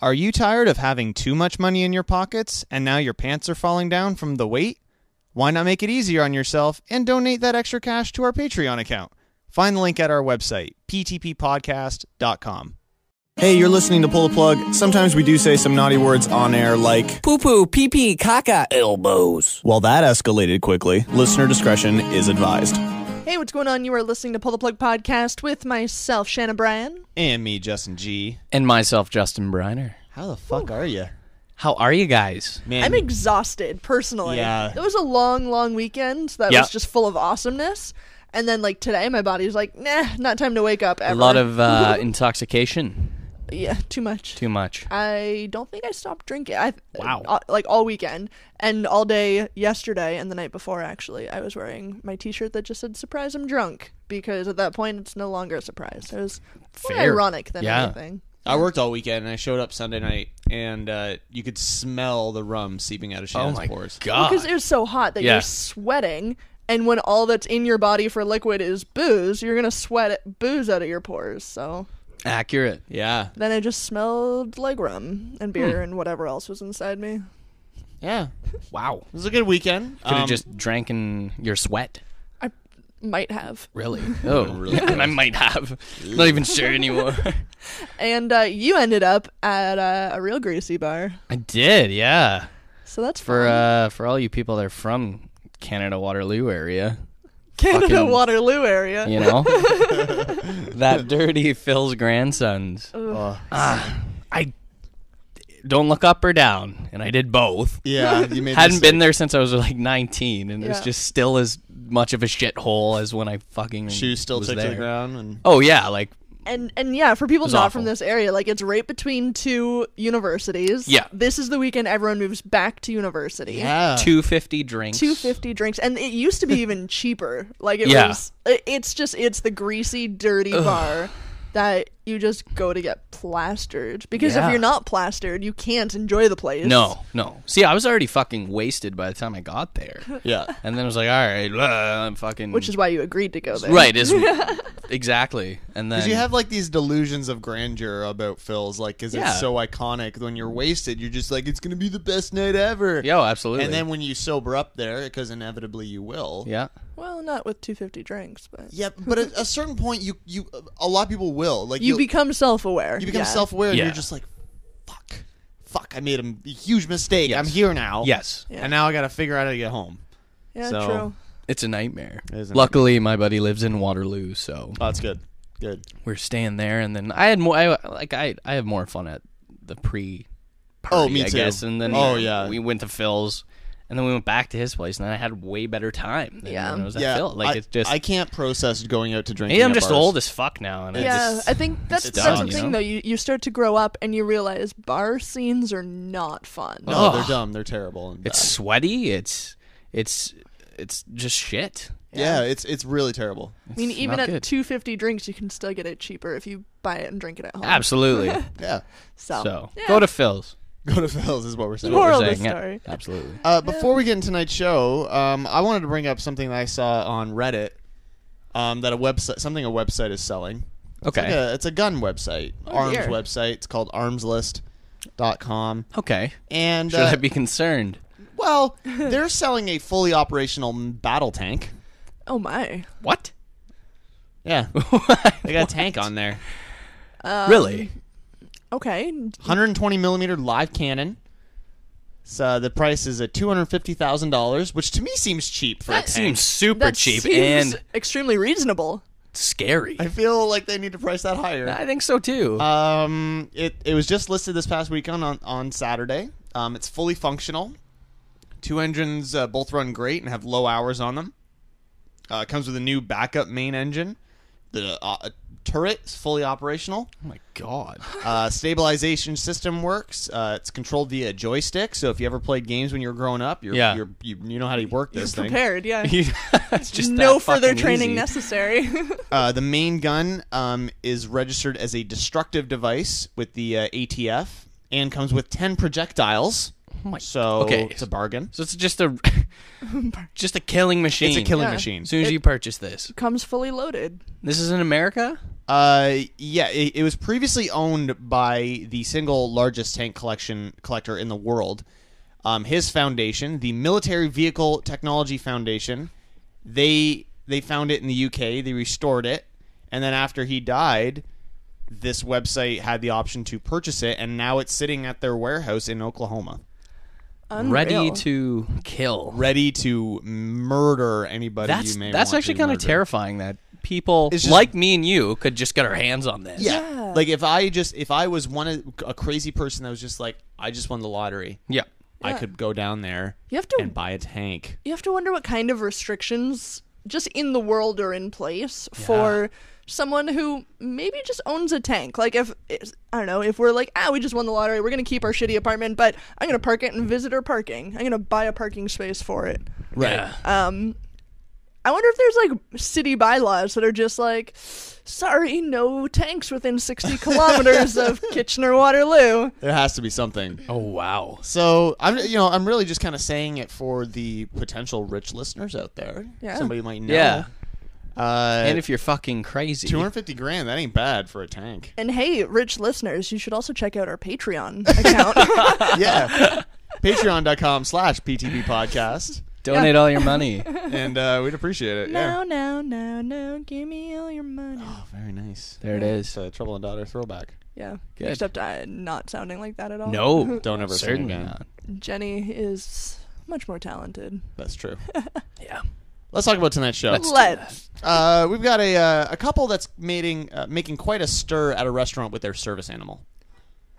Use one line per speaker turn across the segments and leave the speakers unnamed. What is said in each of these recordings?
Are you tired of having too much money in your pockets and now your pants are falling down from the weight? Why not make it easier on yourself and donate that extra cash to our Patreon account? Find the link at our website, ptppodcast.com. Hey, you're listening to Pull the Plug. Sometimes we do say some naughty words on air like,
Poo poo, pee pee, caca, elbows.
well, that escalated quickly. Listener discretion is advised.
Hey, what's going on? You are listening to Pull the Plug Podcast with myself, Shanna Bryan.
And me, Justin G.
And myself, Justin Briner.
How the fuck are you?
How are you guys?
Man,
I'm exhausted, personally.
Yeah.
It was a long, long weekend that
Yeah.
was just full of awesomeness. And then, like, today, my body's like, nah, not time to wake up
A
ever.
lot of uh, intoxication.
Yeah, too much.
Too much.
I don't think I stopped drinking. I
Wow.
uh, like all weekend and all day yesterday and the night before actually. I was wearing my t-shirt that just said "Surprise, I'm drunk" because at that point it's no longer a surprise. It was more
Fair.
ironic than
Yeah.
anything.
I worked all weekend and I showed up Sunday night and uh, you could smell the rum seeping out of Shannon's pores.
god.
because it was so hot that
Yeah.
you're sweating and when all that's in your body for liquid is booze you're gonna sweat it- booze out of your pores so
Accurate.
Yeah.
then i just smelled like rum and beer
Hmm.
and whatever else was inside me
Yeah.
Wow.
It was a good weekend.
Could have
Um,
just drank in your sweat.
i might have
Really? Oh,
Really
I might have. Not even sure anymore.
and uh, you ended up at uh, a real greasy bar
I did, yeah.
so that's
For
fun.
uh, for all you people that are from Canada Waterloo area,
canada
fucking-
waterloo area
you know, that dirty Phil's grandsons.
Oh.
I don't look up or down, and I did both.
yeah. You made
Hadn't
mistakes.
been there since I was like 19, and it's
Yeah.
just still as much of a shithole as when I fucking
shoes still
was
took to
there.
the ground and
Oh yeah, like
and and yeah, for people
was
not
awful.
from this area, like it's right between two universities.
Yeah.
this is the weekend everyone moves back to university.
yeah.
250 drinks.
two fifty drinks, and it used to be even cheaper. Like it
Yeah.
was, i- it's just it's the greasy, dirty bar that you just go to get plastered because
Yeah.
if you're not plastered, you can't enjoy the place.
No, no. See, I was already fucking wasted by the time I got there,
yeah.
and then I was like, all right, uh, I'm fucking.
which is why you agreed to go there.
right is exactly, and then
Because you have like these delusions of grandeur about Phil's, like, because
Yeah.
it's so iconic. When you're wasted, you're just like, it's gonna be the best night ever.
yo absolutely,
And then when you sober up there, because inevitably you will.
yeah,
Well, not with two fifty drinks, but
Yeah, but at a certain point, you you a lot of people will like
you
you'll-
become self-aware.
you become
yeah.
self-aware and
Yeah.
you're just like fuck fuck i made a m- huge mistake i'm
Yes.
here now
yes,
Yeah.
and now i gotta figure out how to get home
Yeah,
so-
true.
it's a nightmare.
It is a
Luckily, my buddy lives in Waterloo, so
oh that's good good
we're staying there. And then I had more, I, like I, I have more fun at the pre. Party,
Oh, me
I
too.
Guess. And then
Oh, yeah.
we went to Phil's, and then we went back to his place, and then I had way better time. Than
Yeah.
when I was at
yeah
Phil. Like
I,
it's just,
i can't process going out to drink
maybe I'm just old as fuck now, and I
Yeah,
just,
I think that's
it's
that's
dumb,
the
you
thing
know?
though. You you start to grow up and you realize bar scenes are not fun.
no
Ugh.
Oh, they're dumb they're terrible and
it's sweaty. It's, it's, it's just shit.
bad. yeah it's it's really terrible
I mean,
It's
even at
not good.
250 drinks, you can still get it cheaper if you buy it and drink it at home.
Absolutely.
yeah
So,
so
yeah.
go to Phil's.
go to phil's is what we're saying
What we're
Moral of the
saying, yeah.
story.
absolutely.
Uh, before we get into tonight's show, um, I wanted to bring up something that I saw on Reddit um, that a website, something a website is selling.
Okay.
It's, like a, it's a gun website, arms
Oh, dear.
website. It's called armslist.com.
Okay.
And
Should
uh,
I be concerned?
well, they're selling a fully operational m- battle tank.
Oh my.
What?
Yeah, they got a tank on there.
Um,
really?
Okay.
120 millimeter live cannon. So the price is at two hundred fifty thousand dollars, which to me seems cheap for a
That
tank.
seems super
That
cheap
seems
and
extremely reasonable.
scary.
I feel like they need to price that higher.
I think so too.
Um, it it was just listed this past weekend on on Saturday. Um, it's fully functional. Two engines uh, both run great and have low hours on them. Uh, it comes with a new backup main engine. The uh, turret is fully operational.
oh my god.
Uh, stabilization system works. Uh, it's controlled via a joystick. So if you ever played games when you were growing up, you're,
Yeah.
you're, you you know how to work this thing.
Prepared, yeah.
it's just
no
that
further
fucking
training
easy.
necessary.
Uh, the main gun um, is registered as a destructive device with the uh, ATF and comes with 10 projectiles.
Oh my-
So
Okay.
it's a bargain.
So it's just a just a killing machine.
It's a killing
Yeah.
machine.
As soon as
It-
you purchase this,
Comes fully loaded.
this is in America.
Uh, yeah, it, it was previously owned by the single largest tank collection collector in the world. Um, his foundation, the Military Vehicle Technology Foundation, they they found it in the UK. They restored it, and then after he died, this website had the option to purchase it, and now it's sitting at their warehouse in Oklahoma,
Unreal.
Ready to kill.
ready to murder anybody.
that's
you may
that's
want
actually
to
kind of
murder.
terrifying that people
It's just-
like me and you could just get our hands on this.
Yeah.
Yeah.
Like if I just if I was one of a crazy person that was just like I just won the lottery,
Yeah.
I
Yeah.
could go down there
You have to-
and buy a tank.
You have to wonder what kind of restrictions just in the world are in place for someone who maybe just owns a tank. Like if I don't know, if we're like, ah, we just won the lottery, we're gonna keep our shitty apartment, but I'm gonna park it in visitor parking. I'm gonna buy a parking space for it.
Right.
Yeah.
Um, I wonder if there's like city bylaws that are just like, sorry, no tanks within 60 kilometers of Kitchener Waterloo.
There has to be something.
Oh wow.
So I'm you know, I'm really just kind of saying it for the potential rich listeners out there.
Yeah.
Somebody might know.
Yeah.
Uh
And if you're fucking crazy,
250 grand, that ain't bad for a tank.
And hey, rich listeners, you should also check out our Patreon account.
yeah. Patreon.com slash PTB podcast.
donate all your money.
And uh, we'd appreciate it.
no,
Yeah.
no, no, no, give me all your money.
Oh, very nice.
There it is.
It's a Trouble and Daughter throwback.
Yeah,
Good.
except I not sounding like that at all.
No,
Don't ever sing
certainly
again.
not.
Jenny is much more talented.
That's true.
Yeah.
Let's talk about tonight's show.
Let's do
Let's.
Uh, we've got a uh, a couple that's mating, uh, making quite a stir at a restaurant with their service animal.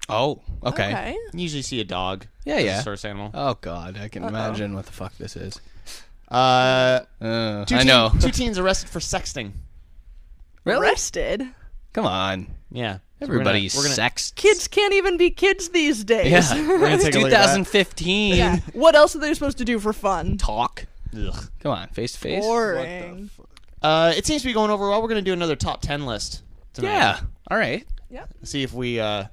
Oh, okay.
Okay.
You usually see a dog.
Yeah,
as a
yeah.
service animal.
Oh god, I can imagine what the fuck this is.
Uh,
Uh,
two
I
teen-
know.
two teens arrested for sexting.
Arrested.
Come on.
Yeah, So we're gonna-
Everybody's
We're gonna,
sex.
Kids can't even be kids these days.
Yeah. We're
gonna take a look at that.
2015.
Yeah. What else are they supposed to do for fun?
Talk.
Ugh.
Come on, face to face.
Boring.
Uh, it seems to be going over well. We're going to do another top ten list tonight.
Yeah. All right.
Yep.
see if we uh,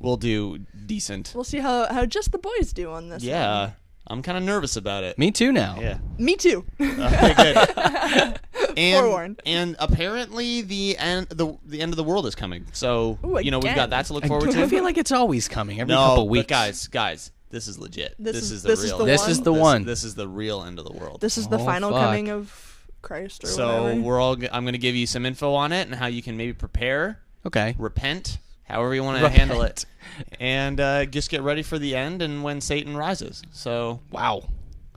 will do decent.
We'll see how, how just the boys do on this.
Yeah, I'm kind of nervous about it.
Me too now.
Yeah.
one. Me too.
Okay, good. and,
Forewarned.
And apparently the end the the end of the world is coming. So
Ooh,
you know we've got
again.
that to look
I,
forward to.
I feel like it's always coming every
no,
couple
but
weeks.
guys, guys, this is legit. This,
This
is,
is-
the
this
real.
is the
This
one.
is the
this,
one.
This is the real end of the world.
This is the
Oh,
final
fuck.
coming of Christ or
so
whatever.
we're all. g- I'm going to give you some info on it and how you can maybe prepare,
okay.
repent, however you want to
Repent.
handle it, and uh, just get ready for the end and when Satan rises. So
Wow.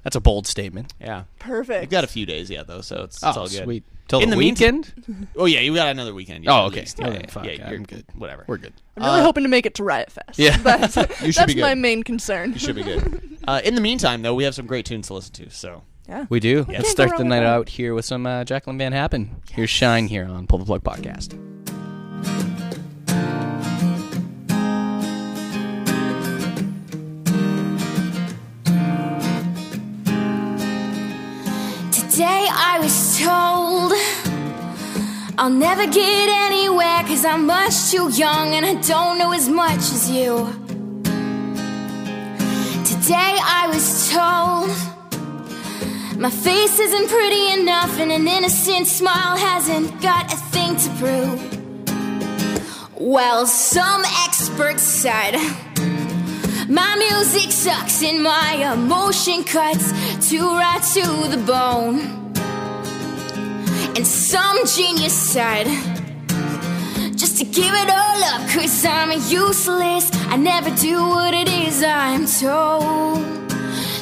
That's a bold statement.
yeah,
Perfect.
you've got a few days yet though, so it's, it's
oh,
all good.
sweet. Till
In
the,
the meantime-
weekend?
Oh yeah, you got another weekend. Yeah,
Oh,
at
okay.
least. Yeah,
Okay,
yeah,
fuck,
yeah,
I'm
you're
good.
Whatever.
We're good.
I'm really
uh,
hoping to make it to Riot Fest.
Yeah.
But
You should
that's
be good.
my main concern.
You should be good. Uh, in the meantime, though, we have some great tunes to listen to. So
Yeah.
We do.
Can't go
Let's start
wrong
the
with
night
that.
out here with some uh, Jacqueline Van Happen. Here's Shine here on Pull the Plug Podcast.
Today I was told I'll never get anywhere cause I'm much too young and I don't know as much as you. Today I was told my face isn't pretty enough and an innocent smile hasn't got a thing to prove. Well, some experts said. My music sucks and my emotion cuts too right to the bone. And some genius said, just to give it all up, cause I'm useless. I never do what it is I'm told.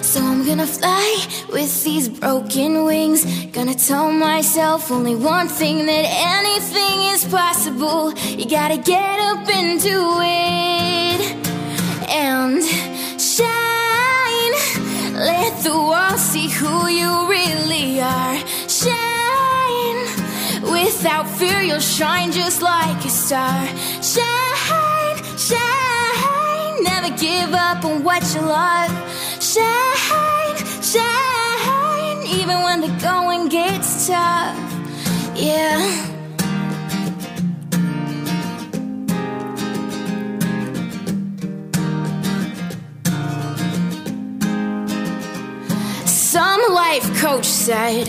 So I'm gonna fly with these broken wings. Gonna tell myself only one thing that anything is possible. You gotta get up and do it and shine. Let the world see who you really are. Shine. Without fear, you'll shine just like a star. Shine, shine. Never give up on what you love. Shine, shine. Even when the going gets tough. Yeah. life coach said.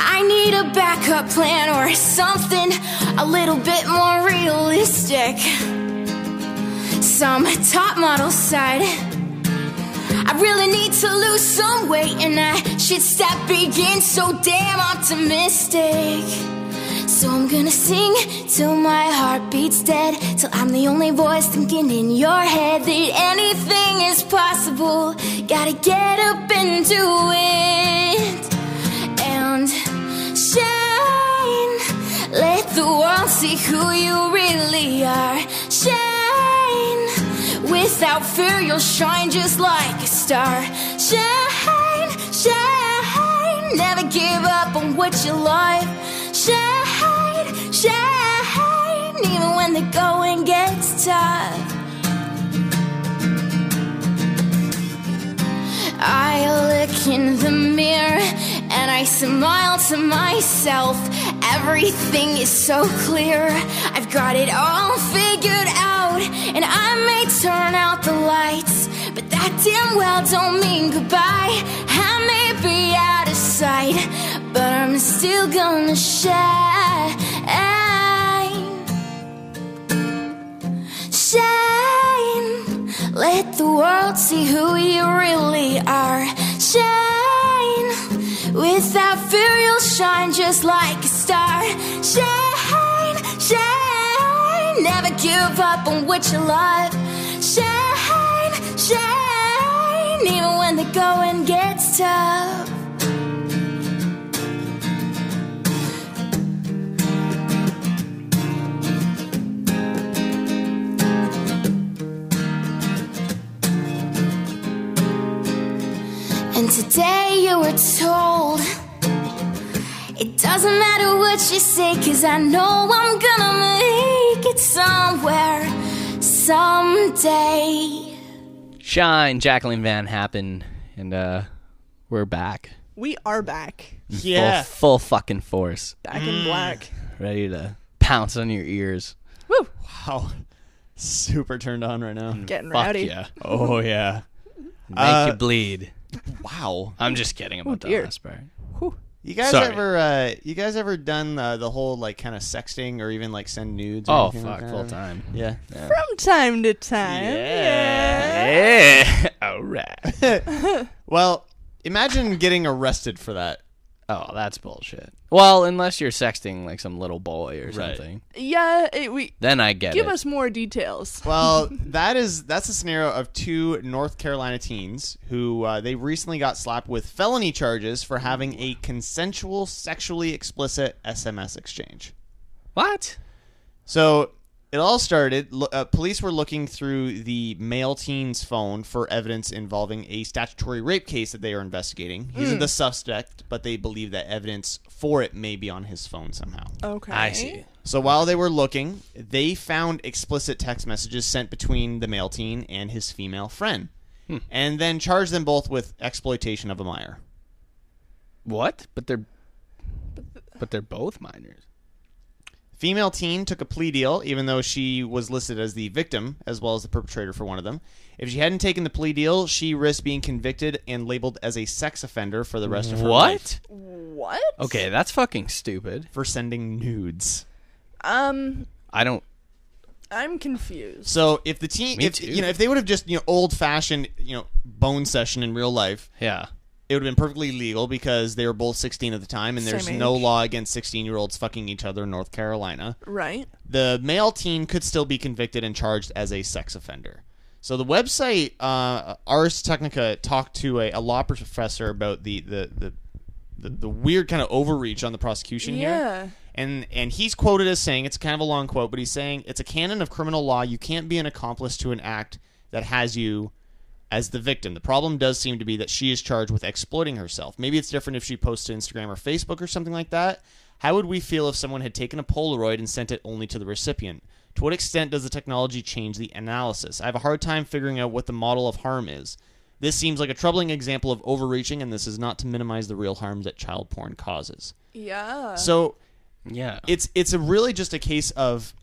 I need a backup plan or something a little bit more realistic. Some top model said, I really need to lose some weight and I should stop being so damn optimistic. So I'm gonna sing till my heart beats dead, till I'm the only voice thinking in your head that anything is possible. Gotta get up and do it and shine. Let the world see who you really are. Shine. Without fear, you'll shine just like a star. Shine, shine. Never give up on what you love. Shine, shine. Even when the going gets tough. I look in the mirror and I smile to myself. Everything is so clear. I've got it all figured out. And I may turn out the lights, but that damn well don't mean goodbye. I may be out of sight, but I'm still gonna shine shine. Let the world see who you really are. Shine. Without fear, you'll shine just like a star. Shine, shine. Never give up on what you love. Shine, shine. Even when the going gets tough. And today you were told it doesn't matter what you say, cause I know I'm gonna make it somewhere someday.
Shine, Jacqueline Van Happen, and uh, we're back.
We are back.
Yeah. Mm.
Full, full fucking force.
Back in black.
Ready to pounce on your ears.
Woo.
Wow. Super turned on right now.
Getting
Fuck
rowdy.
yeah.
Oh yeah. Uh,
Make you bleed.
Wow.
I'm just kidding about that
Oh, dear.
last part.
You guys
Sorry.
ever uh you guys ever done uh, the whole like kind of sexting or even like send nudes or
Oh,
anything like
fuck,
that?
full time.
Yeah.
From time to time.
Yeah. All right.
Well, imagine getting arrested for that.
Oh, that's bullshit. Well, unless you're sexting like some little boy or
Right.
something,
Yeah, it, we
then I get
give
it.
us more details.
Well, that is that's a scenario of two North Carolina teens who uh, they recently got slapped with felony charges for having a consensual, sexually explicit SMS exchange.
what?
So it all started. lo- Uh, police were looking through the male teen's phone for evidence involving a statutory rape case that they are investigating. He's the suspect, but they believe that evidence for it may be on his phone somehow.
Okay.
I see.
So while they were looking, they found explicit text messages sent between the male teen and his female friend,
Hmm.
and then charged them both with exploitation of a minor.
What? But they're but they're both minors.
Female teen took a plea deal, even though she was listed as the victim as well as the perpetrator for one of them. If she hadn't taken the plea deal, she risked being convicted and labeled as a sex offender for the rest of her life
What?
What?
Okay, that's fucking stupid.
for sending nudes.
Um,
I don't
I'm confused.
So if the teen,
Me
if
too.
you know, if they would have just you know old fashioned you know bone session in real life,
Yeah.
it would have been perfectly legal because they were both 16 at the time, and there's
Same
no
age.
law against 16 year olds fucking each other in North Carolina.
Right.
the male teen could still be convicted and charged as a sex offender. So the website uh, Ars Technica talked to a, a law professor about the the, the the the weird kind of overreach on the prosecution
Yeah.
here. And and he's quoted as saying it's kind of a long quote, but he's saying it's a canon of criminal law. You can't be an accomplice to an act that has you as the victim. The problem does seem to be that she is charged with exploiting herself. Maybe it's different if she posts to Instagram or Facebook or something like that. How would we feel if someone had taken a Polaroid and sent it only to the recipient? To what extent does the technology change the analysis? I have a hard time figuring out what the model of harm is. This seems like a troubling example of overreaching, and this is not to minimize the real harms that child porn causes.
Yeah.
So
Yeah.
it's it's a really just a case of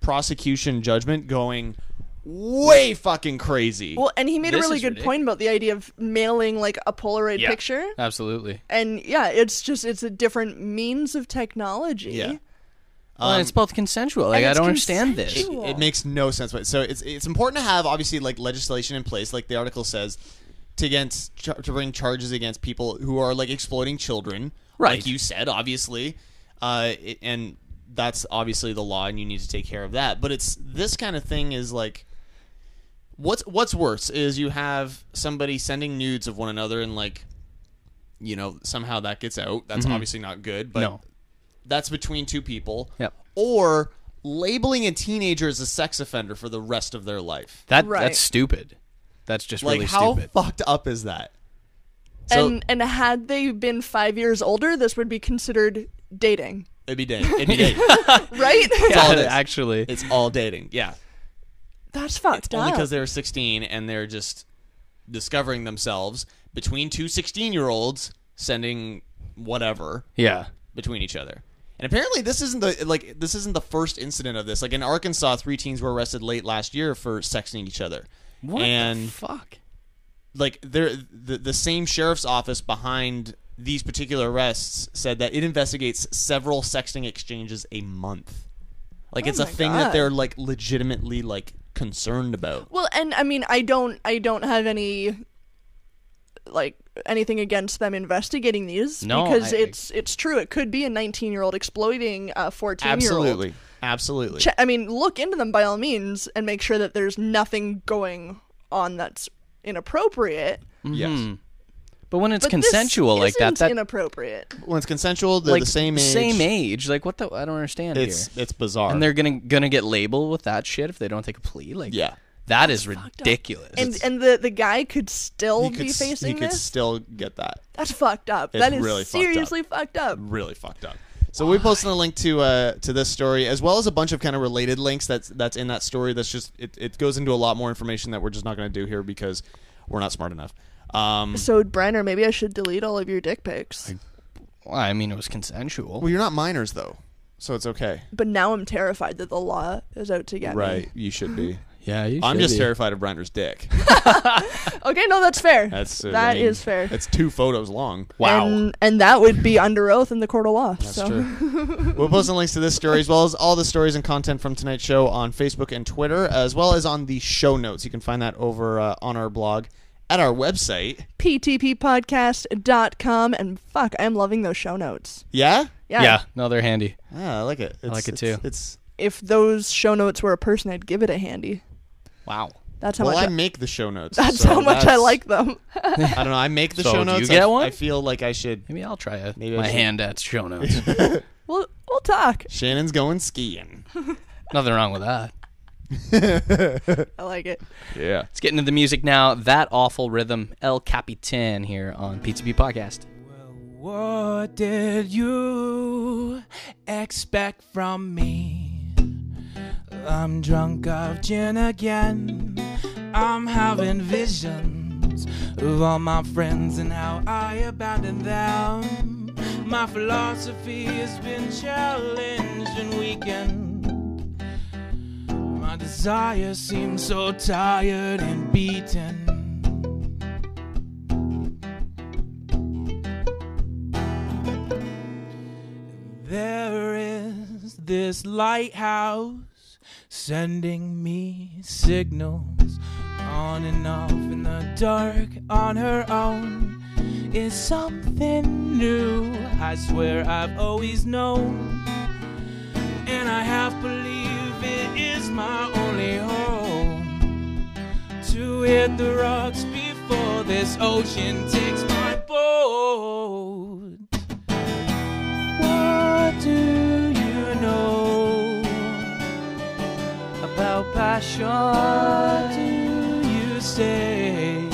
prosecution judgment going way fucking crazy.
Well, and he made a
This
really
is
good
ridiculous.
point about the idea of mailing like a Polaroid
Yeah.
picture.
Absolutely.
And yeah, it's just it's a different means of technology.
yeah. Um,
Well, and it's both consensual. Like I
it's
don't understand this.
consensual. Cool.
It makes no sense. what- So it's it's important to have obviously like legislation in place, like the article says, to against char- to bring charges against people who are like exploiting children,
Right.
Like you said, obviously, uh, it- and that's obviously the law, and you need to take care of that. But it's this kind of thing is like. What's what's worse is you have somebody sending nudes of one another and like, you know, somehow that gets out. That's obviously not good, but
Mm-hmm. No.
that's between two people.
Yep.
Or labeling a teenager as a sex offender for the rest of their life.
That
Right.
that's stupid. That's just
Like
really
how
stupid.
fucked up is that? So
And and had they been five years older, this would be considered dating.
it'd be dating. It'd be dating.
Right?
all it is.
actually.
it's all dating. Yeah.
That's fucked
Only
up.
because they were 16 and they're just discovering themselves between two 16-year-olds sending whatever
Yeah.
between each other. And apparently this isn't the like this isn't the first incident of this. Like in Arkansas, three teens were arrested late last year for sexting each other.
What
and
the fuck?
like there the, the same sheriff's office behind these particular arrests said that it investigates several sexting exchanges a month like it's a
Oh my
thing
God.
that they're like legitimately like concerned about
Well, and I mean, I don't, I don't have any, like anything against them investigating these
No,
because
I-
it's it's true. It could be a 19 year old exploiting a 14 year old.
absolutely absolutely
Che- I mean, look into them by all means and make sure that there's nothing going on that's inappropriate.
yes
Mm-hmm. But when it's
But this
consensual like that,
isn't
that
inappropriate.
when it's consensual they're
like
the same age
Same age. Like what the? I don't understand
it's
here.
it's bizarre
And they're gonna gonna get labeled with that shit if they don't take a plea. Like
yeah
that is ridiculous.
And and the the guy could still
he
be
could, s- he
facing
could
this.
still get that
that's fucked up.
It's
That is
really fucked up.
seriously fucked up.
really fucked up. So we posted a link to uh, to this story as well as a bunch of kind of related links that's that's in that story. That's just it, it goes into a lot more information that we're just not going to do here because we're not smart enough. Um,
So Brenner, maybe I should delete all of your dick pics.
well, I mean, it was consensual.
well, you're not minors though, so it's okay.
But now I'm terrified that the law is out to get me.
you should be.
yeah, you
I'm
should
just
be.
terrified of Brenner's dick.
Okay, no, that's fair.
That's uh,
That
I mean,
is fair.
It's two photos long.
Wow.
And, and that would be under oath in the court of law. so.
That's true. we'll post some links to this story as well as all the stories and content from tonight's show on Facebook and Twitter, as well as on the show notes. You can find that over uh, on our blog at our website.
PTPpodcast.com. And fuck, I'm loving those show notes.
Yeah.
Yeah.
yeah, no, they're handy.
Yeah, I like it. It's,
like it
it's-
too.
It's
If those show notes were a person, I'd give it a handy.
Wow.
That's how
well,
much.
I
I,
make the show notes.
that's
so
how much I
that's-
like them.
I don't know. I make the
So
show
do you
notes.
get
I,
one?
I feel like I should.
Maybe I'll try a,
Maybe I
my
should-
hand at show notes.
we'll, we'll talk.
Shannon's going skiing.
Nothing wrong with that.
I like it.
Yeah.
Let's get into the music now. That awful rhythm, El Capitan, here on PTP Podcast.
What did you expect from me? I'm drunk of gin again. I'm having visions of all my friends and how I abandoned them. My philosophy has been challenged and weakened. My desire seems so tired and beaten. There is this lighthouse sending me signals on and off in the dark on her own. Is something new. I swear I've always known, and I half believe it is my only home to hit the rocks before this ocean takes my boat. What do you know about passion? What do you say?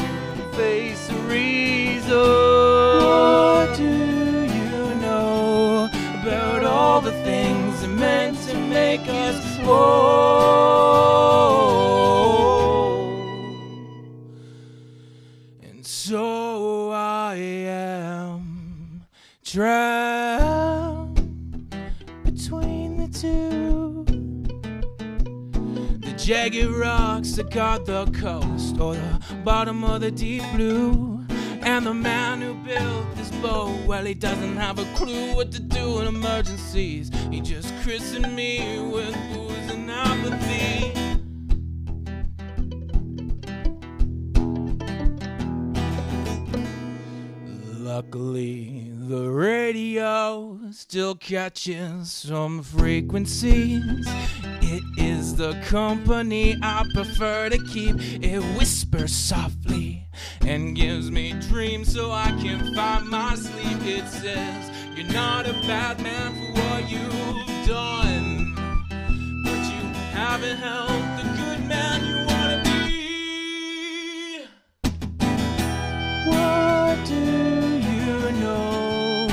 Face the reason. What do you know about all the things meant to make us whole? And so I am drowned between the two. The
jagged rocks that guard the coast or the bottom of the deep blue. And the man who built this boat, well, he doesn't have a clue what to do in emergencies. He just christened me with booze and apathy. Luckily, the radio still catches some frequencies. It is the company I prefer to keep. It whispers softly and gives me dreams so I can find my sleep. It says, You're not a bad man for what you've done, but you haven't helped the good man you want to be. What do you know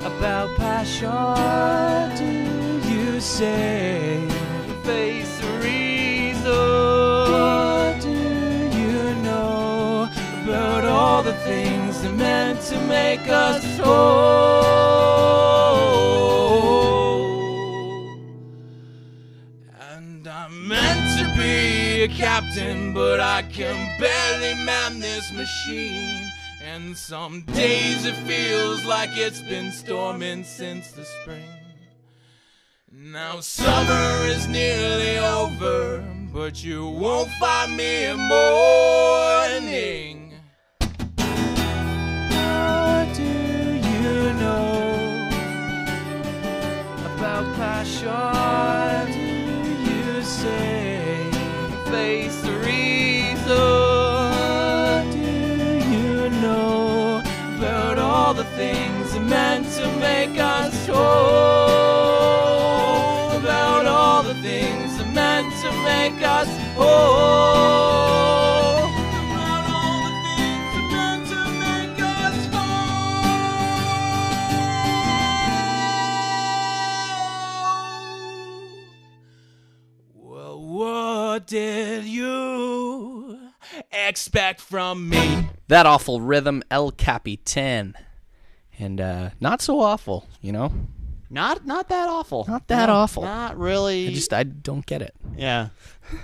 about passion? What do you say? Face the reason. What do you know about all the things that meant to make us whole? And I'm meant to be a captain, but I can barely man this machine. And some days it feels like it's been storming since the spring. Now summer is nearly over, but you won't find me in mourning. What do you know about passion do you say face the reason do you know about all the things that meant to make us whole about all the things that meant to make us whole about all the things that meant to make us whole well, what did you expect from me?
That awful rhythm, El Capitan. And uh, not so awful, you know?
Not not that awful.
Not that
No,
awful.
Not really.
I just, I don't get it.
yeah.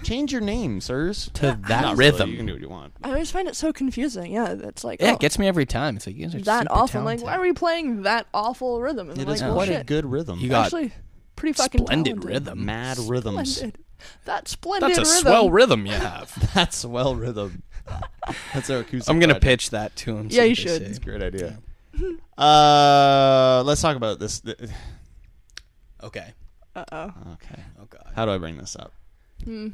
Change your name, sirs.
To that
Not really,
rhythm.
You can do what you want.
I always find it so confusing. Yeah, it's like
Yeah,
oh,
it gets me every time. It's like, you guys are
that
super
awful. I'm Like,
talented.
why are we playing that awful rhythm? And
It
I'm
is
like, well,
quite a
shit,
good rhythm.
You got
Actually, pretty fucking
splendid
talented.
rhythm.
mad rhythms.
Splendid. That splendid
That's a
rhythm.
swell rhythm you have.
That's well rhythm. That's our acoustic.
I'm gonna
project.
pitch that to him. see
Yeah,
what
you
they
should.
say.
Great idea. Uh, let's talk about this. Th-
Okay.
Uh oh.
Okay.
Oh god.
How do I bring this up?
Hmm.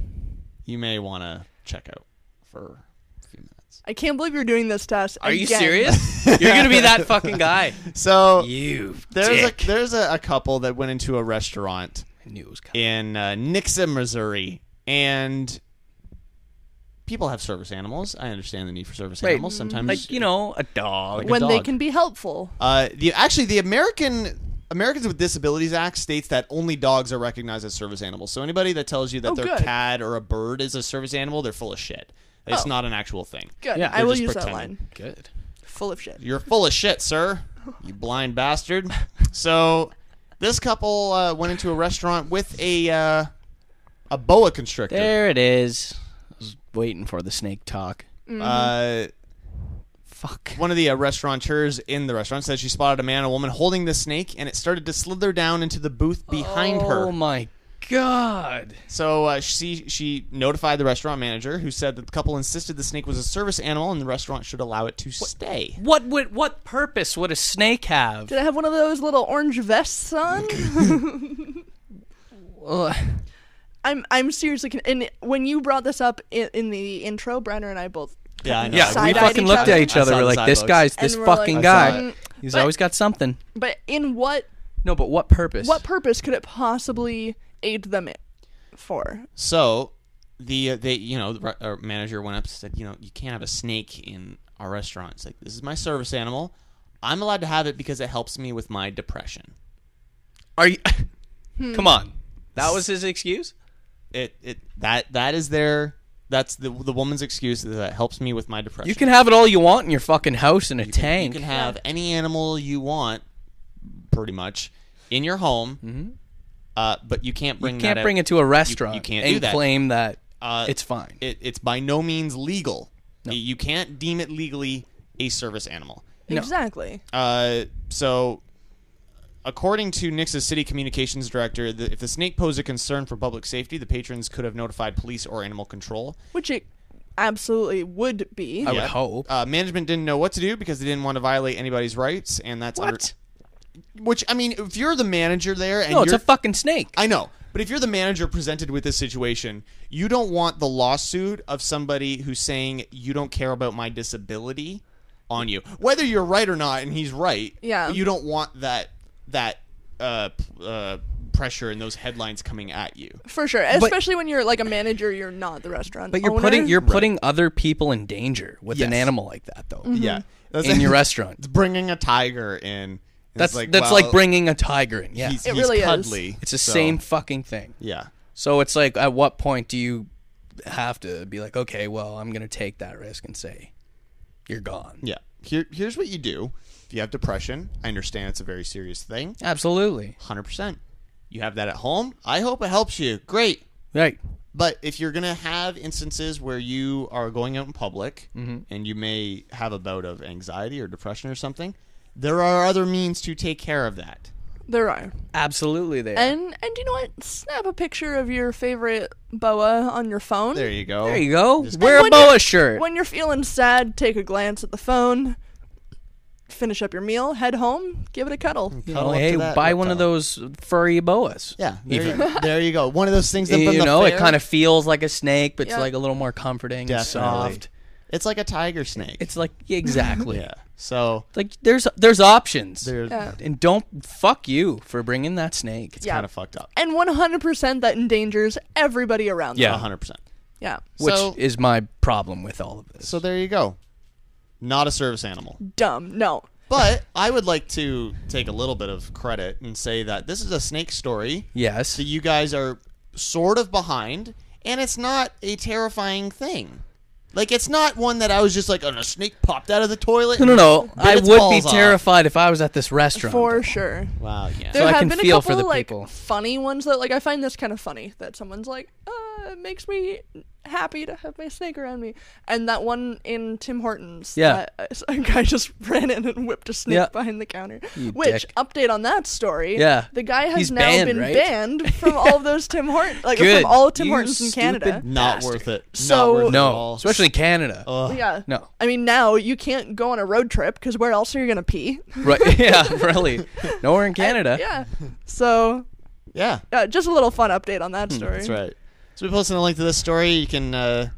You may want to check out for a few minutes.
I can't believe you're doing this test.
Are you
again.
serious? You're gonna be that fucking guy.
So
You.
there's
dick.
a there's a, a couple that went into a restaurant
I knew it was coming.
in uh, Nixon, Missouri, and people have service animals. I understand the need for service
Wait, mm,
animals. Sometimes,
Like you know, a dog.
Like a
When they
dog.
can be helpful.
Uh, the actually the American Americans with Disabilities Act states that only dogs are recognized as service animals. So anybody that tells you that
Oh,
their
good.
cat or a bird is a service animal, they're full of shit. It's
Oh.
not an actual thing.
Good.
Yeah,
I
they're
will
just
use that
pretending.
line.
Good.
Full of shit.
You're full of shit, sir. You blind bastard. So this couple uh, went into a restaurant with a uh, a boa constrictor.
There it is. I was waiting for the snake talk.
Mm-hmm.
Uh,
Fuck.
one of the uh, restaurateurs in the restaurant said she spotted a man and a woman holding the snake, and it started to slither down into the booth behind her.
Oh my god.
So uh, she she notified the restaurant manager, who said that the couple insisted the snake was a service animal and the restaurant should allow it to stay.
What would what purpose would a snake have?
Did I have one of those little orange vests on?
Ugh.
I'm I'm seriously. Con- and when you brought this up in, in the intro, Brenner and I both.
Yeah, I know.
Yeah, we
Side-eyed
fucking
each
looked
other.
at each
I
other.
saw
We're
the
like,
side
this
looks.
guy's
And
this
we're
fucking
like,
guy.
"Mm,
He's
but-
always got something.
But in what
No, but what purpose?
what purpose could it possibly aid them i- for?
So the uh, they you know the re- our manager went up and said, you know, you can't have a snake in our restaurant. It's like this is my service animal. I'm allowed to have it because it helps me with my depression.
Are you? Come on. That was his excuse.
It it that that is their that's the the woman's excuse is that it helps me with my depression.
You can have it all you want in your fucking house in a
You
tank.
can have any animal you want, pretty much, in your home. Uh, but you can't bring
Mm-hmm. you
that
can't
out-
bring it to a restaurant
You, you can't
and
do that.
claim that
Uh,
it's fine.
It, it's by no means legal. You can't deem it legally a service animal.
No.
Exactly.
Uh, so, according to Nix's city communications director, the, if the snake posed a concern for public safety, the patrons could have notified police or animal control.
Which it absolutely would be.
I would hope.
Uh, management didn't know what to do because they didn't want to violate anybody's rights, and that's under-
What?
which I mean, if you're the manager there, and
no, it's
you're,
a fucking snake.
I know. But if you're the manager presented with this situation, you don't want the lawsuit of somebody who's saying you don't care about my disability on you. Whether you're right or not, and he's right.
Yeah.
You don't want that that uh, p- uh, pressure and those headlines coming at you.
For sure. Especially when you're like a manager, you're not the restaurant.
but you're
owner.
putting you're putting other people in danger with an
Yes.
animal like that, though.
Mm-hmm.
Yeah. That's
in your
it's
restaurant.
bringing a tiger in.
That's that's like bringing a tiger in. Yeah,
He's,
It
he's
really is.
cuddly.
it's the
so-
same fucking thing.
Yeah.
So it's like, at what point do you have to be like, okay, well, I'm gonna take that risk and say, you're gone.
Yeah. Here, here's what you do. If you have depression, I understand it's a very serious thing.
Absolutely.
Hundred percent. You have that at home. I hope it helps you. Great.
Right.
But if you're gonna have instances where you are going out in public
Mm-hmm.
and you may have a bout of anxiety or depression or something, there are other means to take care of that.
There are.
Absolutely. There.
And and you know what? Snap a picture of your favorite boa on your phone.
There you go.
there you go.
Just-
Wear a
When you're-
boa shirt.
When you're feeling sad, take a glance at the phone. Finish up your meal, head home, give it a cuddle.
You
Cuddle
know,
up to
hey,
that
buy one of
reptile.
those furry boas.
Yeah. There
Even.
you, there you go. One of those things that from
you
the
know, it
fair-
kind of feels like a snake, but
Yeah.
it's like a little more comforting
Definitely.
and soft.
It's like a tiger snake.
It's like exactly.
yeah. So
Like there's there's options.
there's
Yeah.
and don't fuck you for bringing that snake.
it's
Yeah.
kind of fucked up.
And 100% that endangers everybody around them.
Yeah.
hundred percent.
Yeah.
Which
So-
is my problem with all of this.
So there you go. Not a service animal.
Dumb. No.
But I would like to take a little bit of credit and say that this is a snake story
Yes.
that you guys are sort of behind, and it's not a terrifying thing. Like it's not one that I was just like, oh, a snake popped out of the toilet.
No, no,
and
no.
bit
I
its
would be
balls off."
terrified if I was at this restaurant.
For sure.
Wow, yeah.
There
I
have
can
been
feel
a
for
couple
the
like
people.
funny ones that like I find this kind of funny that someone's like, uh, it makes me happy to have my snake around me. And that one in Tim Hortons,
Yeah.
that, uh, a guy just ran in and whipped a snake
Yeah.
behind the counter.
You
Which
dick.
update on that story?
Yeah.
the guy has
He's
now
banned,
been
right?
banned from all of those Tim Hortons, like
Good.
from all Tim
You
Hortons in Canada.
stupid-
not
Bastard.
worth it.
So-
not worth it at
No,
all.
especially Canada.
Ugh.
Yeah.
No.
I mean, now you can't go on a road trip because where else are you gonna pee?
Right? Yeah, really. Nowhere in Canada.
yeah. So,
yeah, Hmm,
uh, just a little fun update on that story.
that's right. So we posted a link to this story. You can uh,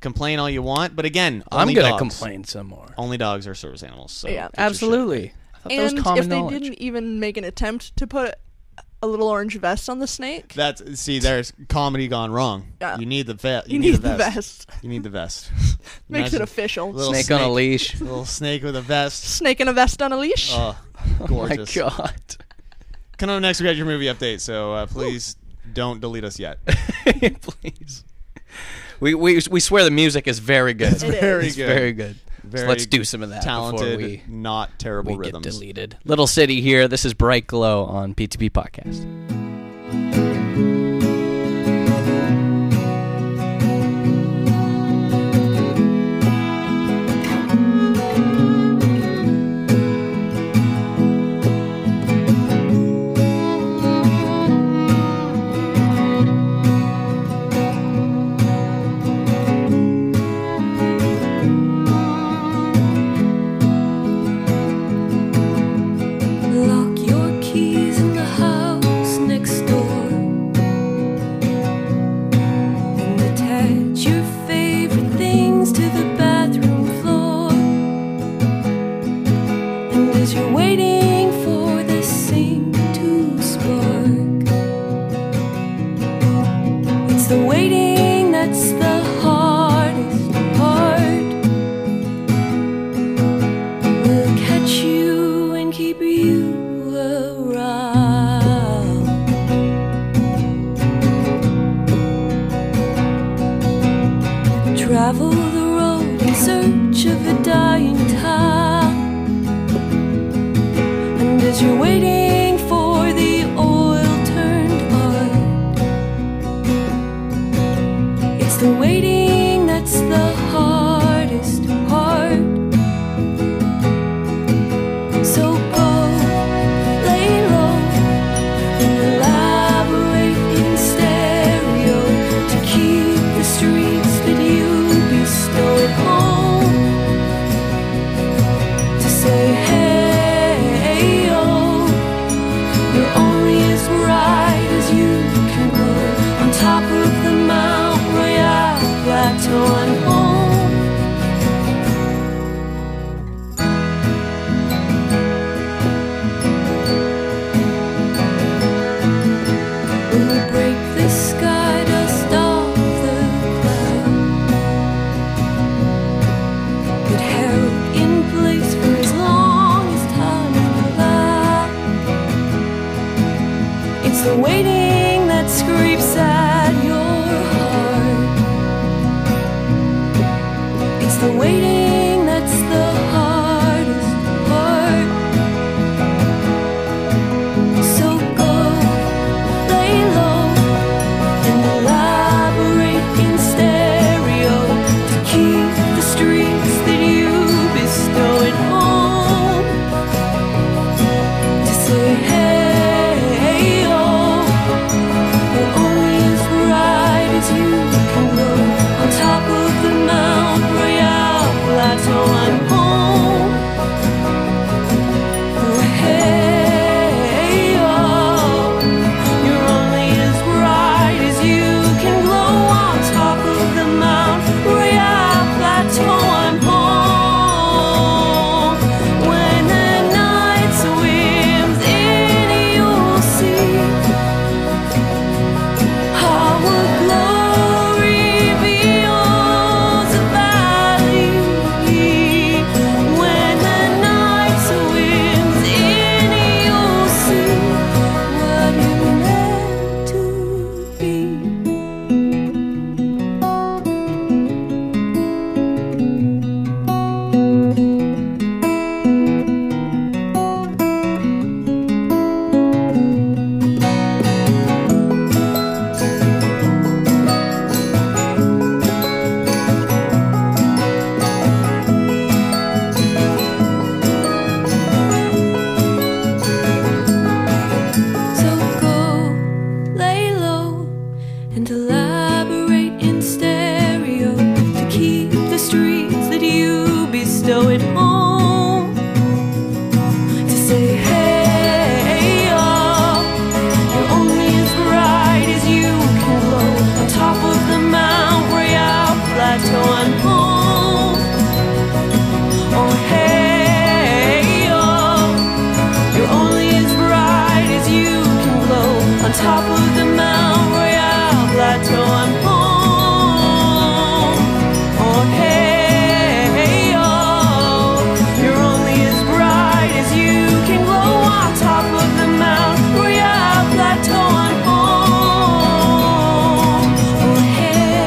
complain all you want, but again,
I'm
only
gonna
dogs.
complain some more.
Only dogs are service animals. So
Yeah.
get your shit.
Absolutely. I thought that was
And
common
if they
knowledge.
didn't even make an attempt to put a little orange vest on the snake,
That's see, there's comedy gone wrong.
Yeah.
You need the vest.
you, need, the vest.
You need the vest.
Makes
Imagine
it official.
little
snake, on a leash.
little snake with a vest.
Snake in a vest on a leash.
Oh,
Oh my
gorgeous.
god.
Coming up next, we got your movie update, so uh, please don't delete us yet.
Please. We, we we swear the music is very good. It's
very good.
very good. So
Very
let's do some of that
Talented,
before we
not terrible
we get
rhythms.
deleted. Little City here. This is Bright Glow on PTP Podcast.
Lock your keys in the house next door and attach your favorite things to the bathroom floor. And as you're waiting for the sink to spark, it's the waiting that's the hardest part. We'll catch you and keep you around. Travel the road in search of a dying town. And as you're waiting for the oil turned oh. waiting, that's the hardest part. So go lay low and elaborate in stereo to keep the streets that you bestow at home. To say hey, oh. We're only as bright as you can go. On top of the Mount Royal plateau, I'm home. Oh, hey, oh. You're only as bright as you can glow. On top of the Mount Royal plateau, I'm home. When the night swims in, you'll see. Our glory beyond the valley. When the night swims in, you'll see what it meant to be. So go lay low and elaborate in stereo to keep the streets that you bestow at home. To say hey, oh, you're only as bright as you can glow on top of the Mount Royal plateau. I'm home. Oh hey, oh. You're only as bright as you can glow on top of the Mount Royal plateau. I'm home. Oh hey, oh. You're only as bright as you can glow on top of the Mount Royal plateau. I'm home. Oh hey.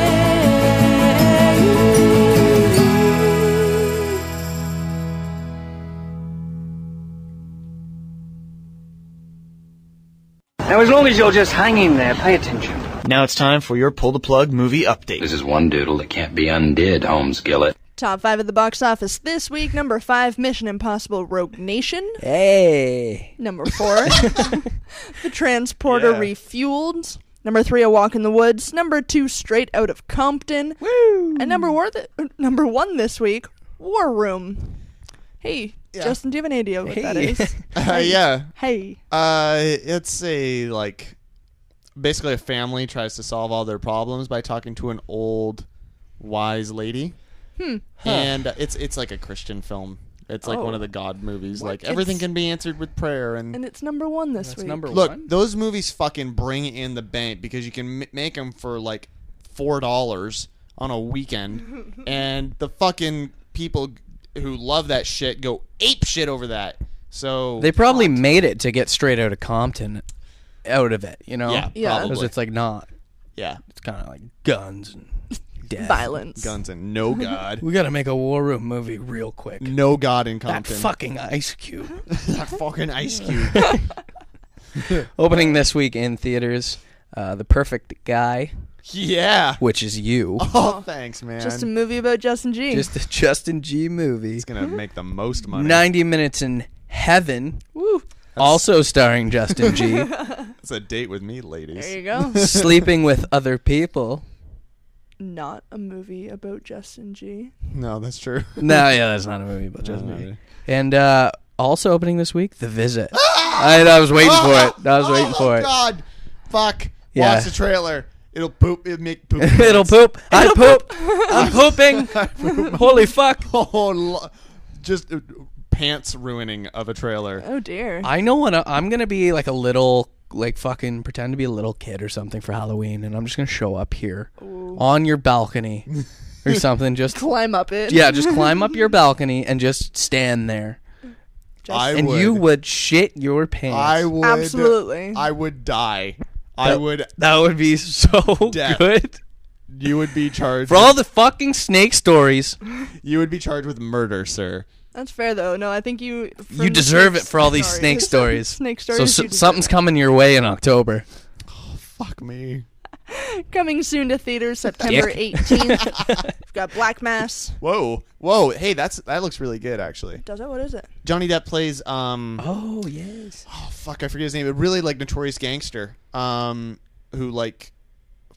Now, as long as you're just hanging there, pay attention.
Now it's time for your pull the plug movie update.
This is one doodle that can't be undid, Holmes Gillett.
Top five at the box office this week. Number five, Mission Impossible Rogue Nation.
Hey.
Number four, The Transporter
Yeah.
Refueled. Number three, A Walk in the Woods. Number two, Straight Out of Compton. Woo! And number one, number one this week, War Room. Hey, Justin, do you have any idea what that
Hey.
is?
Uh, yeah.
hey,
Uh, it's a like basically a family tries to solve all their problems by talking to an old wise lady. Hmm. And uh, it's it's like a Christian film. It's like one
Oh.
of the God movies.
What?
Like everything
It's-
can be answered with prayer and.
and it's number one this
That's
week.
number
Look,
one.
those movies fucking bring in the bank because you can m- make them for like four dollars on a weekend, and the fucking people who love that shit go ape shit over that. So
They probably made it to get straight out of Compton out of it, you know?
yeah,
Yeah.
probably.
Because it's like not.
yeah,
It's kind of like guns and death.
Violence.
guns and no god.
We got to make a war room movie real quick.
no God in
That
Compton.
fucking Ice Cube.
That fucking Ice Cube.
Opening this week in theaters, uh, The Perfect Guy,
yeah.
which is you.
Oh, thanks, man.
Just a movie about Justin G.
Just a Justin G movie.
He's gonna make the most money.
90 Minutes in Heaven,
Woo.
also starring Justin G.
It's a date with me,
There you
ladies.
go.
Sleeping with Other People.
Not a movie about Justin G.
No, Oh, that's true.
No, yeah, that's not a movie about Justin G.
Alrighty.
And uh, also opening this week, The Visit. I, I was waiting for it. I was waiting for
Ah! oh,
it.
God, fuck.
Yeah.
Watch the trailer. It'll poop. It make poop.
It'll poop. I poop. I'm pooping. Holy fuck.
Oh, lo- just uh, pants ruining of a trailer.
Oh dear.
I know when I, I'm gonna be like a little, like fucking pretend to be a little kid or something for Halloween, and I'm just gonna show up here on your balcony or something. Just
Climb up it.
yeah, just climb up your balcony and just stand there,
I
and
would.
you would shit your pants.
I would.
Absolutely.
I would die. I would
that would be so
Death.
good.
you would be charged
For all the fucking snake stories,
you would be charged with murder, sir.
That's fair though. No, I think you
you deserve it for all these snake stories.
snake
So,
stories.
so
you deserve
something's
it.
coming your way in October.
Oh, Fuck me.
coming soon to theaters September
Dick.
18th. We've got Black Mass.
Whoa, whoa. Hey, that's that looks really good actually.
Does it? What is it?
Johnny Depp plays um
Oh yes.
oh, fuck I forget his name. A really like notorious gangster um who like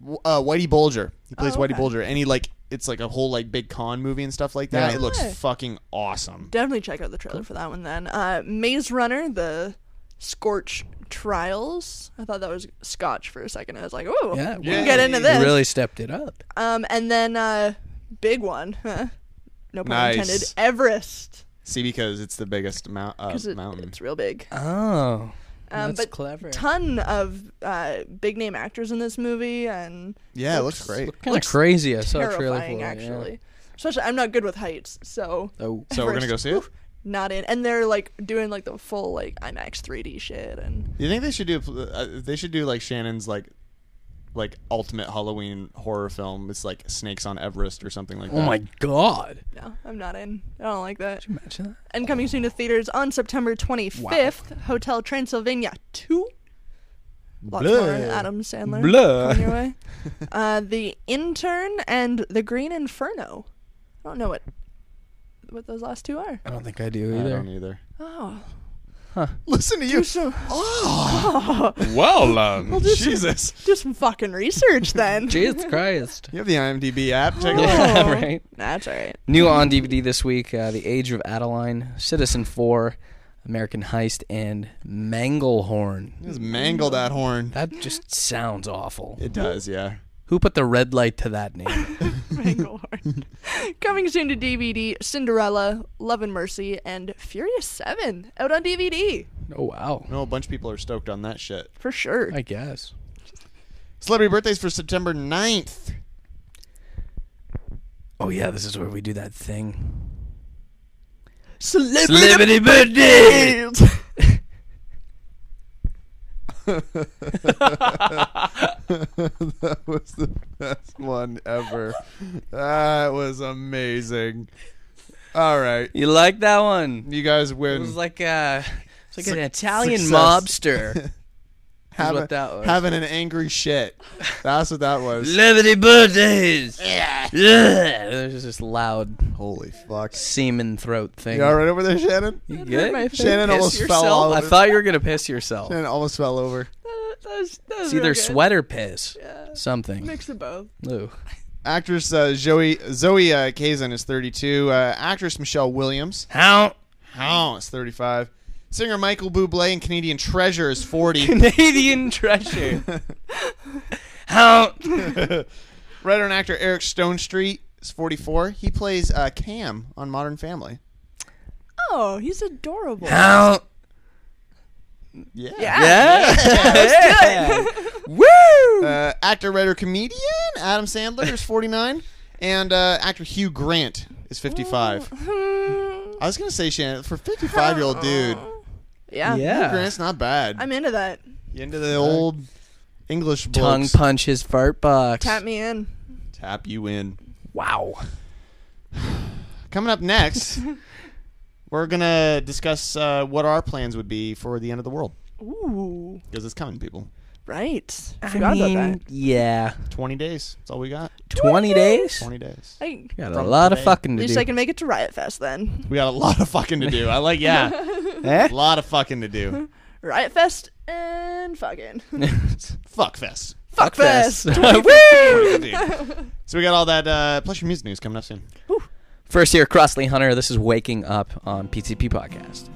w- uh, Whitey Bulger. He plays
Oh,
Whitey
okay.
Bulger, and he like it's like a whole like big con movie and stuff like that.
Yeah.
It looks
Okay.
fucking awesome.
Definitely check out the trailer for that one then. Uh, Maze Runner, the Scorch Trials. I thought that was Scotch for a second. I was like, oh,
Yeah,
we
wow.
can get into
You
this.
really stepped it up.
Um, and then uh, big one. Huh? No pun
Nice.
intended. Everest.
See, because it's the biggest mou- uh,
'Cause it-
mountain.
it's real big. Um,
Oh. that's
but
clever.
Ton of uh, big name actors in this movie, and
Yeah, it looks great.
kind of crazy. I saw a trailer for
terrifying
it, yeah.
actually. Especially, I'm not good with heights, so
Oh.
So we're gonna go see it.
not in. And they're like doing like the full like IMAX 3D shit, and
You think they should do? Uh, they should do like Shannon's like, like ultimate Halloween horror film. It's like Snakes on Everest or something like that.
Oh my god.
no, I'm not in. I don't like that.
Imagine that.
And coming soon to theaters on September 25th, Hotel Transylvania 2. Lots more on
Blah.
Adam Sandler.
Blah.
coming your way. uh, the Intern and The Green Inferno. I don't know what what those last two are.
I don't think I do
I
either.
don't either.
Oh,
Listen to you. Oh.
so
Well, um,
Jesus,
Oh. do some fucking research then. Oh.
Jesus Christ.
you have the IMDb app. Check it out.
Yeah, right.
That's all right.
New on DVD this week uh, The Age of Adeline, Citizen 4, American Heist, and Manglehorn.
Just mangle that horn.
That just sounds awful.
It does, yeah.
Who put the red light to that name?
Manglehorn. Coming soon to DVD, Cinderella, Love and Mercy, and Furious 7 out on DVD
oh, wow.
No, a bunch of people are stoked on that shit.
for sure.
I guess.
Celebrity birthdays for September 9th.
Oh, yeah, this is where we do that thing.
Celebrity
Celebrity birthday!
that was the best one ever. That was amazing. All right.
You like that one?
You guys
It was
win.
like, uh, it's like an Italian
success.
mobster.
Having-
what that was.
Having an angry shit. That's what that was.
Celebrity birthdays! Yeah. There's just this loud
Holy fuck.
semen throat thing.
You all right over there, Shannon?
You good?
my face.
Shannon
Piss
almost
yourself?
fell all
I
over-
thought you were gonna piss yourself.
Shannon almost fell over.
That was- that was
It's either
real good.
sweat or piss.
Yeah.
Something.
Mix of both.
Ooh.
Actress uh, Zoe Zoe uh, Kazan is 32. Uh, actress Michelle Williams
How
oh, is 35. Singer Michael Bublé and Canadian Treasure is 40.
Canadian treasure. How
Writer and actor Eric Stone Street is 44. He plays uh, Cam on Modern Family.
Oh, he's adorable.
how
Yeah.
yeah. Woo!
Uh, actor, writer, comedian Adam Sandler is 49, and uh, actor Hugh Grant is 55. I was gonna say Shannon for 55 year old dude.
Yeah.
Hugh Grant's not bad.
I'm into that.
You into the old English
Tongue
blokes.
punch his fart box.
Tap me in.
Tap you in.
Wow.
Coming up next, we're gonna discuss uh, what our plans would be for the end of the world
Ooh.
because it's coming, people.
Right. I
I
forgot
mean,
about
yeah.
20 days. That's all we got.
Twenty days.
20 days.
that. I,
Got a lot of
today.
fucking
at
to
least
do.
I can make it to Riot Fest then.
We got a lot of fucking to do. I like yeah,
Eh?
a lot of fucking to do.
Riot Fest and fucking.
Fuck fest.
Fuck Fest.
Woo!
so we got all that uh, plus your music news coming up soon.
First here, Crossley Hunter. This is Waking Up on PTP Podcast.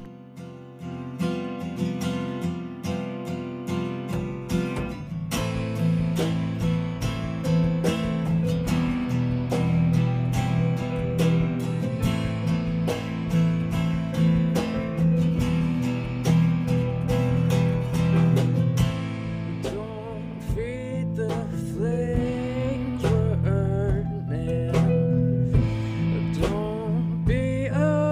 Don't feed the flame you're earning. Don't be around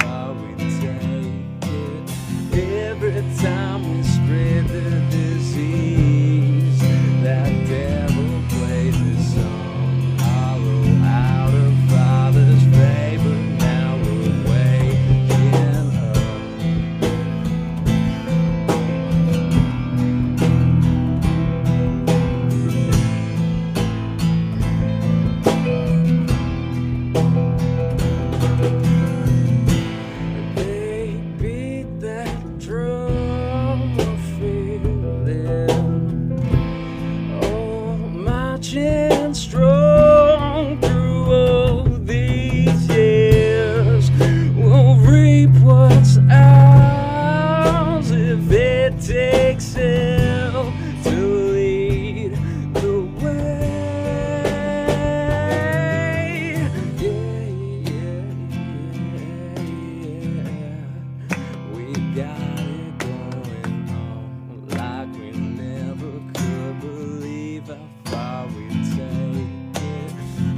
how we take it. Every time we spread the disease, that devil plays his song. Hollow out of Father's favor, now we're waking up. They beat that drum of feeling. Oh, marching strong through all these years. We'll reap what's ours if it takes hell to lead the way. Yeah, yeah, yeah. We got it going on like we never could believe how far we take it.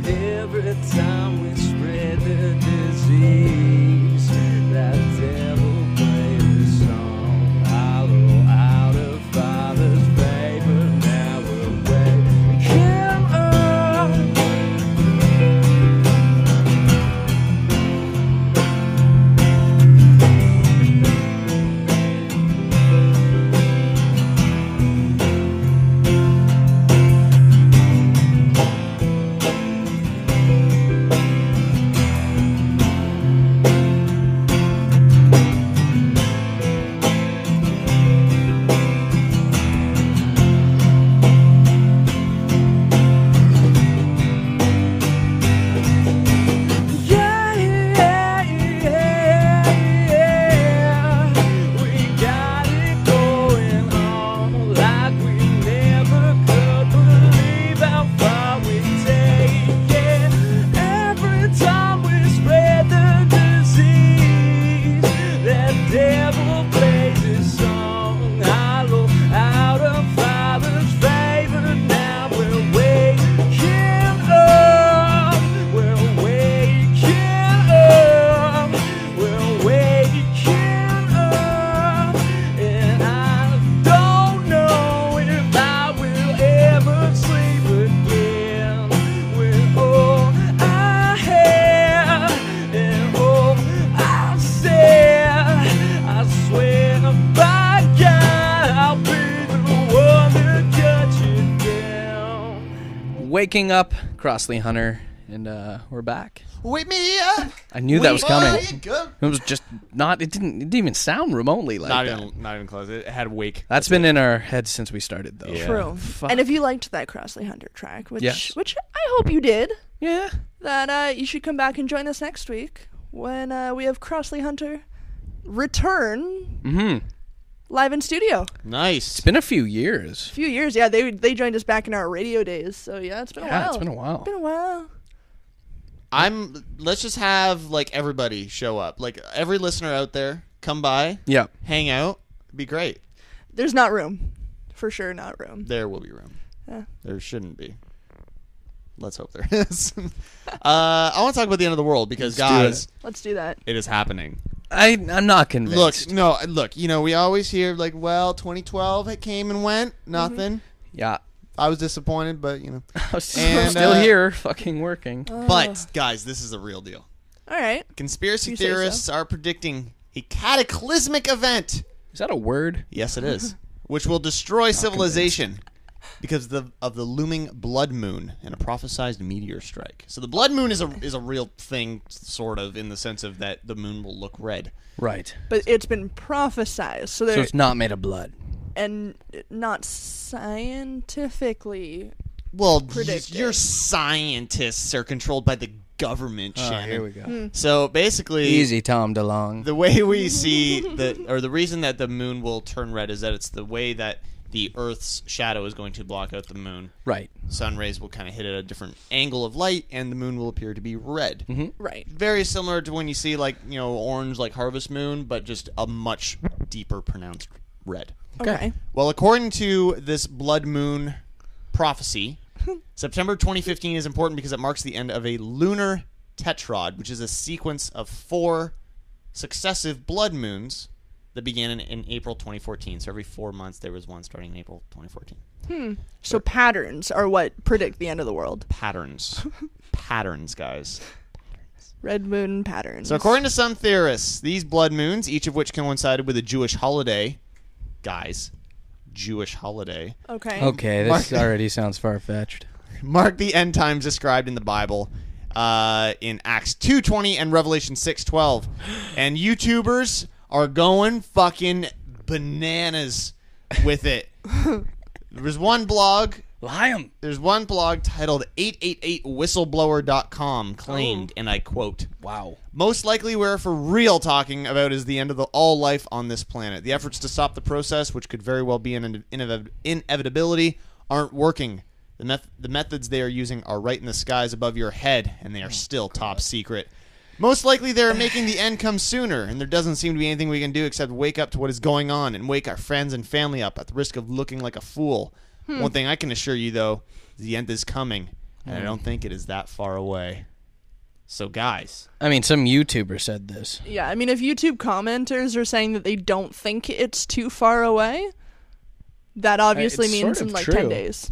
Every time we spread the disease, that devil plays a song. Hollow out of Father's favor, now we're waking up. Yeah, yeah, yeah, yeah. We got it going on like we never could believe how far we take it. Every time we spread the disease, that devil plays his song. Hollow out of Father's favor, now we're waking up. We're waking up. We're waking up. And I don't know if I will ever sleep again. With all I have and all I said, I swear by God, I'll be the one that cuts you down.
Waking up, Crossley Hunter, and uh, we're back.
Wake me up.
I knew that was coming.
Wake up.
It was just not. It didn't. It didn't even sound remotely like
Not
that.
even, not even close. It had wake.
That's been in our heads since we started, though.
Yeah.
True.
Fuck.
And if you liked that Crossley Hunter track, which
Yes.
which I hope you did,
Yeah.
that uh, you should come back and join us next week when uh, we have Crossley Hunter return
Mhm.
live in studio.
Nice.
It's been a few years.
few years, yeah. They they joined us back in our radio days, so yeah, it's been a
Yeah,
while.
it's been a while.
Been a while.
I'm. Let's just have like everybody show up. Like every listener out there, come by,
Yeah.
hang out. It'd be great.
There's not room, for sure, not room.
There will be room.
Yeah.
There shouldn't be. Let's hope there is. uh, I want to talk about the end of the world because, guys,
Let's do that.
it is happening.
I I'm not convinced.
Look, no, uh, look. You know, we always hear like, "Well, 2012 it came and went,
Mm-hmm.
nothing."
Yeah.
I was disappointed, but you know.
I'm still,
And,
still
uh,
here, fucking working.
Oh.
But guys, this is the real deal.
All right.
Conspiracy
You say so.
theorists are predicting a cataclysmic event.
Is that a word?
Yes, it is. which will destroy civilization because the, of the looming blood moon and a prophesized meteor strike. So the blood moon is a is a real thing, sort of, in the sense of that the moon will look red.
Right.
But it's been prophesized, so
So
there
it's not made of blood.
and not scientifically.
Well, y-
Predicted.
your scientists are controlled by the government. Shannon.
Ah, go.
Hmm.
So basically,
Easy, Tom DeLong.
the way we see the or the reason that the moon will turn red is that it's the way that the Earth's shadow is going to block out the moon.
right.
Sun rays will kind of hit at a different angle of light, and the moon will appear to be red.
Mm-hmm.
Right.
Very similar to when you see like you know orange like harvest moon, but just a much deeper pronounced red.
Okay.
Well, according to this blood moon prophecy, September 2015 is important because it marks the end of a lunar tetrad, which is a sequence of four successive blood moons that began in, in April 2014. So every four months there was one starting in April 2014.
hmm. So patterns are what predict the end of the world.
Patterns, patterns, guys.
Red moon patterns.
So according to some theorists, these blood moons, each of which coincided with a Jewish holiday, guys, Jewish holiday,
okay.
Okay, this already sounds far fetched.
mark the end times described in the Bible uh, in Acts 2.20 and Revelation 6.12. And YouTubers are going fucking bananas with it. there was one blog,
Liam.
there's one blog titled 888whistleblower.com claimed, and I quote,
Oh. Wow.
most likely we're for real talking about is the end of the all life on this planet. The efforts to stop the process, which could very well be an in- inev- inevitability, aren't working. The, meth- the methods they are using are right in the skies above your head, and they are
Oh,
still top secret. Most likely they're making the end come sooner, and there doesn't seem to be anything we can do except wake up to what is going on and wake our friends and family up at the risk of looking like a fool. One thing I can assure you, though, is the end is coming, and I don't think it is that far away. So, guys.
I mean, some YouTuber said this.
Yeah, I mean, if YouTube commenters are saying that they don't think it's too far away, that obviously
Uh, it's
means
sort of
in like
true.
ten days.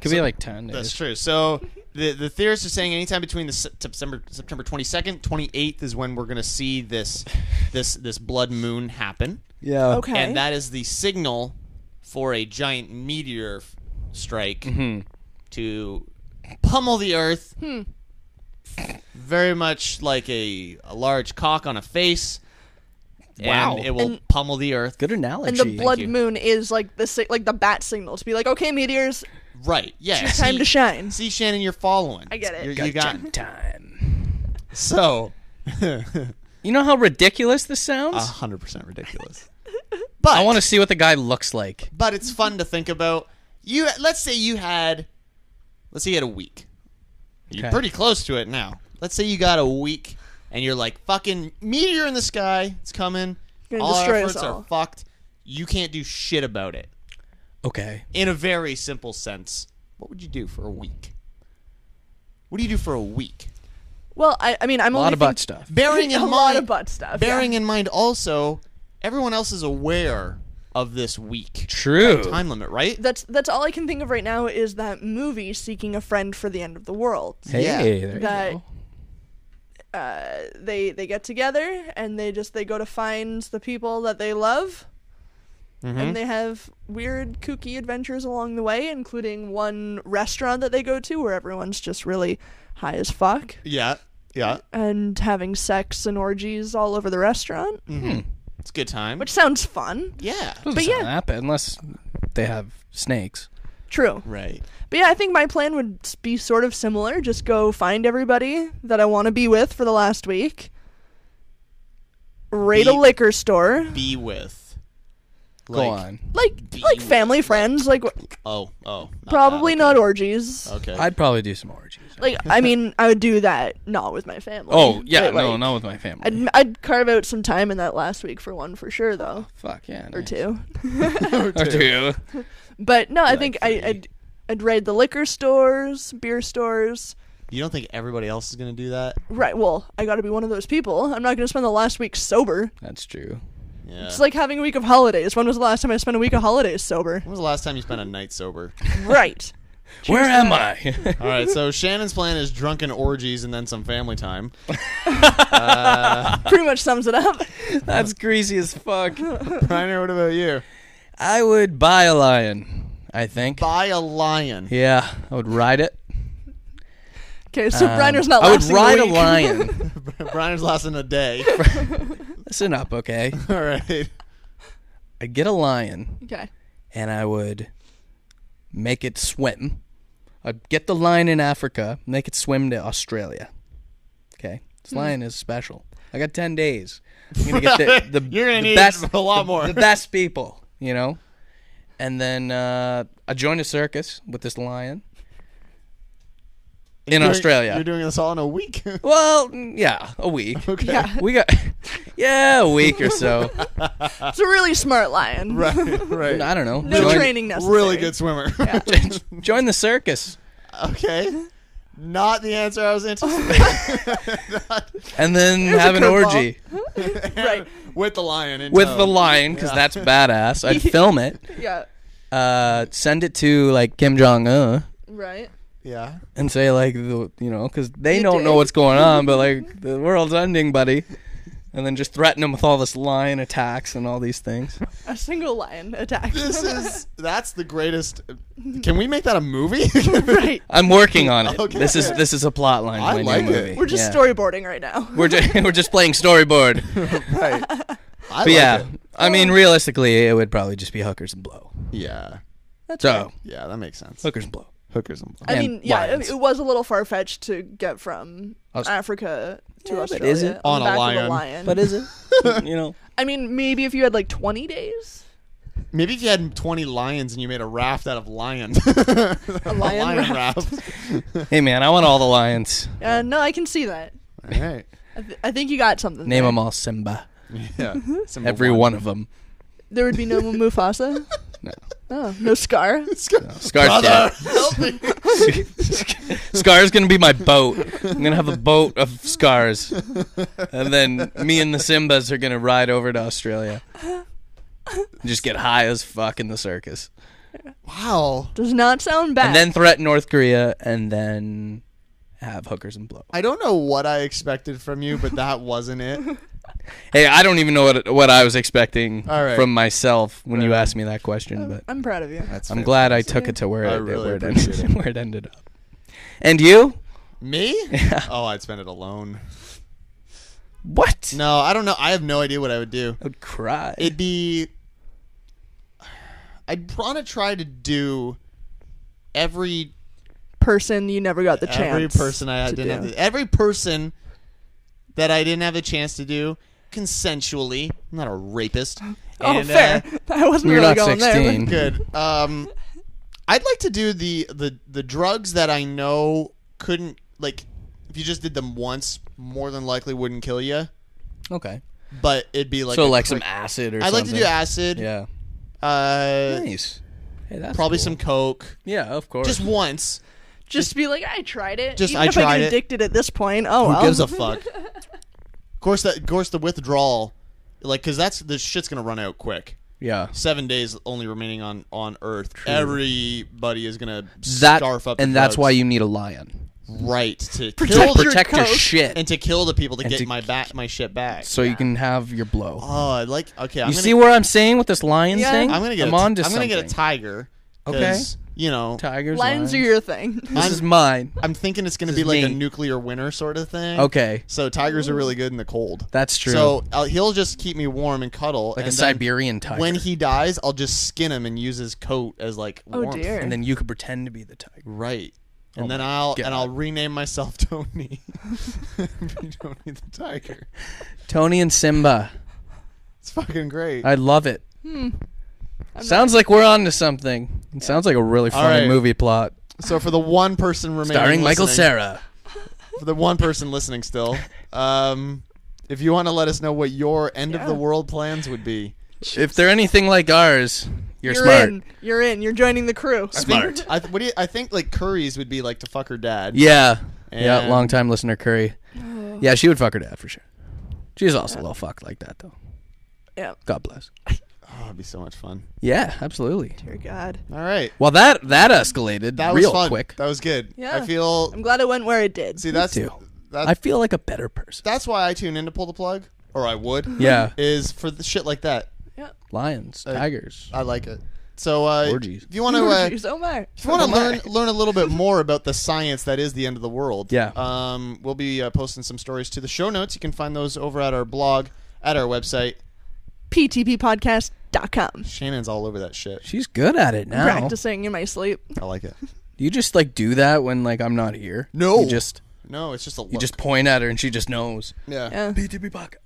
Could be like ten
That's
days.
true. So the the theorists are saying anytime between the Se- September September 22nd, 28th is when we're going to see this this this blood moon happen,
Yeah.
Okay.
and that is the signal for a giant meteor f- strike
Mm-hmm.
to pummel the Earth.
Hmm.
Very much like a, a large cock on a face.
Wow.
And it will pummel the Earth.
Good analogy.
and the blood
you.
moon is like the si- like the bat signal to be like, okay, meteors,
Right. Yeah.
time
see-
to shine.
See, Shannon, you're following. I
get it.
you you got
time.
so.
You know how ridiculous this sounds?
hundred percent ridiculous.
I want to see what the guy looks like.
But it's fun to think about. You let's say you had, let's say you had a week. You're
Okay.
pretty close to it now. Let's say you got a week, and you're like fucking meteor in the sky. It's coming.
Gonna
all our
destroy us
efforts are
all."
fucked. You can't do shit about it.
Okay.
In a very simple sense, what would you do for a week? What do you do for a week?
Well, I, I mean, I'm
A
only
lot of butt
think-
stuff.
Bearing in
a
mind,
lot of butt stuff.
bearing in mind also, everyone else is aware of this week
True.
time limit, right?
That's that's all I can think of right now is that movie seeking a friend for the end of the world.
Hey,
Yeah.
there you
That- uh,
go.
They they get together and they just they go to find the people that they love.
Mm-hmm.
And they have weird, kooky adventures along the way, including one restaurant that they go to where everyone's just really high as fuck
Yeah, yeah.
and having sex and orgies all over the restaurant,
Hmm. It's a good time.
which sounds fun.
Mm-hmm. yeah.
Doesn't
but
sound
yeah.
that bad, unless they have snakes.
True.
Right.
But yeah, I think my plan would s- be sort of similar. Just go find everybody that I want to be with for the last week, raid a
Be-
liquor store,
Be with.
go
Like-
on.
like like family friends, like w-
Oh, oh. not
probably
that,
not orgies.
Okay. okay.
I'd probably do some orgies.
Like I mean, I would do that not with my family.
Oh yeah,
but,
no,
like,
not with my family.
I'd, I'd carve out some time in that last week for one for sure, though,
Oh, Fuck yeah.
or
nice.
two.
Or two.
But no, I think I, I'd I'd raid the liquor stores, beer stores.
you don't think everybody else is going to do that?
Right. Well, I got to be one of those people. I'm not going to spend the last week sober.
That's true.
Yeah.
It's like having a week of holidays. When was the last time I spent a week of holidays sober?
when was the last time you spent a night sober?
right.
Where am I?
All right, so Shannon's plan is drunken orgies and then some family time. Uh,
Uh.
Pretty much sums it up.
That's greasy as fuck.
Reiner, what about you?
I would buy a lion. I think.
Buy a lion.
Yeah, I would ride it.
Okay, so
Um,
Briner's not
I would
lasting
ride a
week.
lion.
Briner's lost in a day.
Listen up, okay?
All right.
I'd get a lion
okay.
and I would make it swim. I'd get the lion in Africa, make it swim to Australia. Okay? This
Hmm.
lion is special. I got 10 days. I'm going to get the, the,
You're going
the
to need
best,
a lot more.
the best people, you know? And then uh, I joined a circus with this lion in
You're-
Australia.
You're doing this all in a week.
well, yeah, a week.
okay.
Yeah.
We got, yeah, a week or so.
It's a really smart lion.
Right, right.
I don't know.
No
Join-
training necessary.
Really good swimmer.
join the circus.
okay. Not the answer I was anticipating.
and then
was a
have an
curveball.
orgy
right.
With the lion. In
with
tow.
the lion because that's badass. I'd film it,
Yeah.
uh, send it to like Kim Jong Un,
Right.
Yeah.
and say like the, you know because they
You
don't know
did.
what's going on, but like the world's ending, buddy. And then just threaten them with all this lion attacks and all these things.
A single lion attack.
This is. That's the greatest. Can we make that a movie?
right.
I'm working on it.
Okay.
This is this is a plot line.
I
to my
like
new
it.
movie.
We're just
Yeah.
storyboarding right now.
We're just we're just playing storyboard.
right. I
But
like
yeah,
it.
I mean, realistically, it would probably just be hookers and blow.
Yeah.
so
Yeah. That makes sense.
Oh. hookers and blow.
Hookers and blow.
I
and
mean, yeah,
lions.
it, it was a little far fetched to get from
Aus-
Africa to
Yeah,
Australia
but is it?
On
the
a
back Of
lion.
a lion.
But is it? you know,
I mean, maybe if you had like 20 days,
Maybe if you had 20 lions and you made a raft out of lions.
a lion.
lion
raft.
raft.
hey man, I want all the lions.
Uh, no, I can see that.
All right.
I, th- I think you got something.
Name
there.
them all Simba.
Yeah. Simba
Every one of them.
There would be no Mufasa.
No.
Oh, no Scar.
Scar's dead. Scar's gonna be my boat. I'm gonna have a boat of scars, and then me and the Simbas are gonna ride over to Australia. Just get high as fuck in the circus,
Wow.
Does not sound bad.
and then threaten North Korea, and then have hookers and blow.
I don't know what I expected from you, but that wasn't it.
Hey, I don't even know what what I was expecting
All right.
from myself when you asked me that question, but
I'm proud of you.
That's
I'm glad I took it to where
I
it,
really
where, it
appreciate
ended, where it ended up. And you?
Me? Oh, I'd spend it alone.
What?
No, I don't know. I have no idea what I would do.
I would cry.
It'd be. I'd want to try to do every
Person you never got the chance.
every person I
to
didn't have
do.
the, every person that I didn't have a chance to do consensually. I'm not a rapist.
Oh,
And, uh,
fair. I wasn't
You're
really
not
going there. but-
16.
good. Um, I'd like to do the the the drugs that I know couldn't like. If you just did them once, more than likely wouldn't kill you.
Okay.
But it'd be like
so
a
like
quick-
some acid or
I'd like
something.
to do acid.
Yeah.
Uh,
Nice. Hey, that's
probably
cool.
some coke.
Yeah, of course.
Just once.
Just be like, I tried it.
Just,
Even
I
if I
tried
get
it.
addicted at this point. Oh,
Who
well.
gives a fuck? Of course, that of course the withdrawal, like, cause that's the shit's gonna run out quick.
yeah.
Seven days only remaining on on Earth. Everybody is gonna
That
scarf up,
and
the
that's
drugs.
why you need a lion.
right to
To
kill the
protect your
coast.
shit.
and to kill the people to
And
get
to-
my back my shit back.
so you can have your blow.
oh, I like okay, I'm
you
gonna,
see where I'm saying with this lion
Yeah.
thing?
I'm gonna get.
I'm
a,
on to
I'm gonna
something.
get a tiger.
Okay.
'cause, you know,
Tigers.
Lions
lions.
are your thing.
This is mine.
I'm thinking it's gonna
This
be
is
like a
me.
nuclear winter sort of thing.
Okay.
So tigers are really good in the cold.
That's true.
So I'll, he'll just keep me warm and cuddle.
like a
and then
Siberian tiger.
When he dies, I'll just skin him and use his coat as like
Oh,
warmth.
dear.
and then you could pretend to be the tiger.
Right. And
Oh
then
my
I'll
God.
and I'll rename myself Tony. Be Tony the tiger.
Tony and Simba.
It's fucking great.
I love it.
Hmm.
Sounds like we're on to something. It sounds like a really funny
right.
movie plot.
so for the one person remaining,
Starring Michael
listening-
Sarah.
for the one person listening still, um, if you want to let us know what your end of the world plans would be,
If they're anything like ours, you're,
You're
smart.
in. You're in. You're joining the crew.
Smart.
I th- what do you, I think like Curry's would be like to fuck her dad.
Yeah. Yeah,
And-
long time listener Curry.
Oh.
Yeah, she would fuck her dad for sure. She's also a little fucked like that though.
Yeah.
God bless.
oh, it'd be so much fun.
Yeah, absolutely.
Dear God.
All right,
Well, that that escalated
that
real
was fun.
quick.
That was good.
Yeah.
I feel.
I'm glad it went where it did.
See, that's
too.
That,
I feel like a better person.
that's why I tune in to pull the plug, or I would.
Yeah.
is for the shit like that. Uh,
Lions, tigers.
I like it. So uh,
Orgies.
if you want to. Uh,
Jeez, oh my.
if you want to learn learn a little bit more about the science that is the end of the world,
Yeah.
um, we'll be uh, posting some stories to the show notes. You can find those over at our blog, at our website.
PTPpodcast.com.
Shannon's all over that shit.
She's good at it now.
Practicing in my sleep.
I like it.
Do you just like do that when like I'm not here?
No.
You just
No, it's just a look.
you just point at her and she just knows.
yeah.
Yeah.
BTB pocket.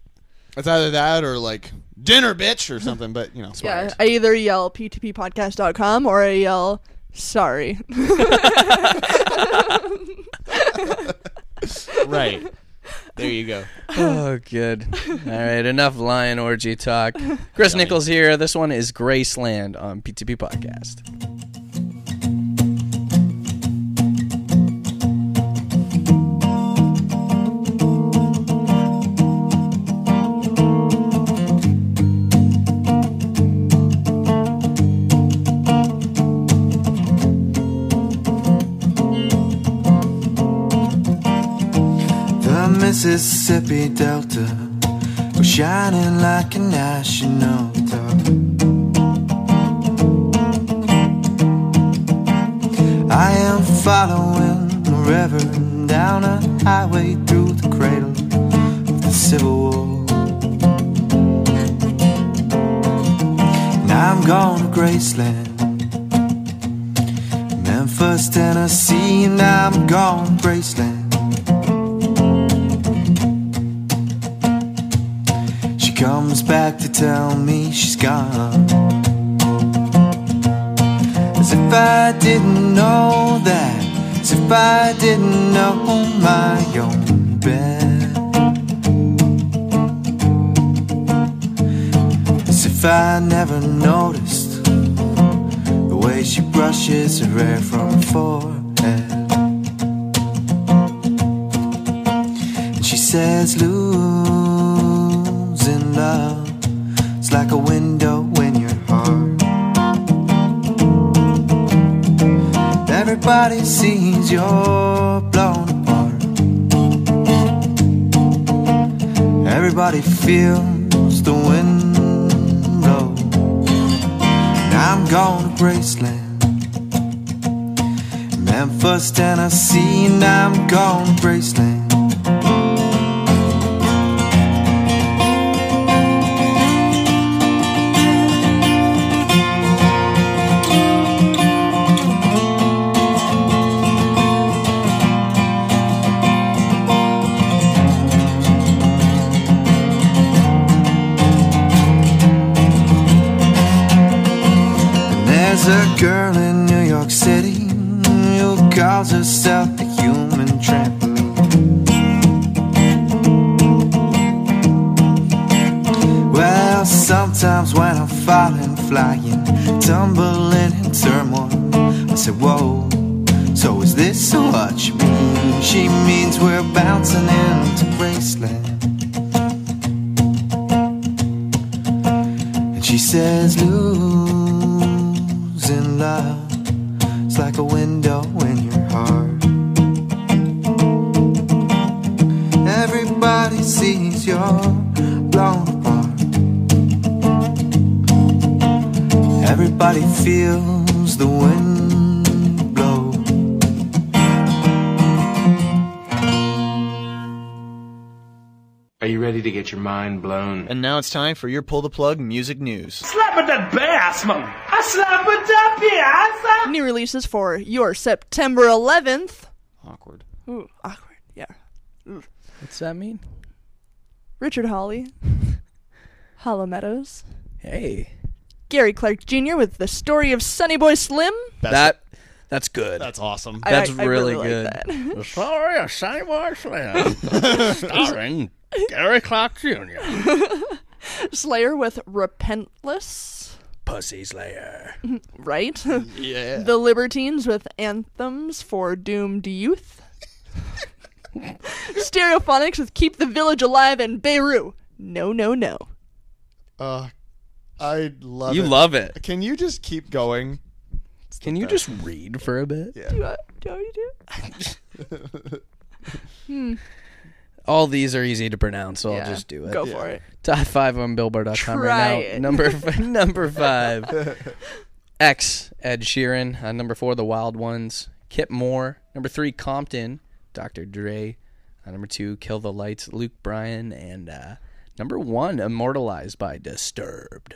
It's either that or like dinner, bitch, or something. But you know,
Yeah, I either yell PTPpodcast.com or I yell, sorry.
right. There you go.
Oh, good. All right, enough lion orgy talk. Chris Nichols here. This one is Graceland on PTP Podcast.
Mississippi Delta was shining like a national dog. I am following the river down a highway through the cradle of the Civil War. And I'm going to Graceland. Memphis, Tennessee, and I'm going to Graceland. She comes back to tell me she's gone. As if I didn't know that, as if I didn't know my own bed. As if I never noticed the way she brushes her hair from her forehead. And she says, Losing love is like a window in your heart. Everybody sees you're blown apart. Everybody feels the wind blow. And I'm going to Graceland, Memphis, Tennessee, and I'm going to Graceland. There's a girl in New York City who calls herself a human trampoline. Well, sometimes when I'm falling, flying, tumbling in turmoil, I say, Whoa, so is this so much? She means we're bouncing into Graceland. And she says, Losing love is like a window in your heart. Everybody sees you're blown apart. Everybody feels the wind blow.
Are you ready to get your mind blown?
And now it's time for your pull the plug music news.
Slap at that bass, man. I slap at that bass.
New releases for your September 11th.
Awkward.
Ooh, awkward. Yeah.
What's that mean?
Richard Hawley, Hollow Meadows,
Hey,
Gary Clark Jr. with the story of Sonny Boy Slim.
That's,
that that's good.
that's awesome.
I-
That's
I, I
really
really,
good.
Like that.
The story of Sonny Boy Slim, starring Gary Clark Jr.
Slayer with Repentless.
Pussy Slayer.
Right? Yeah. the Libertines with anthems for doomed youth. Stereophonics with Keep the Village Alive and Beirut. No, no, no.
Uh, I love
You love it.
Can you just keep going?
Can you just read for a bit?
Yeah.
Do I, do I do it?
All these are easy to pronounce, so
Yeah.
I'll just do it.
Go for it.
Top five on Billboard.com
Try
right now.
it.
Number f- number five, X Ed Sheeran. Uh, number four, The Wild Ones. Kip Moore. Number three, Compton. Dr. Dre. Uh, number two, Kill the Lights. Luke Bryan. And uh, number one, Immortalized by Disturbed.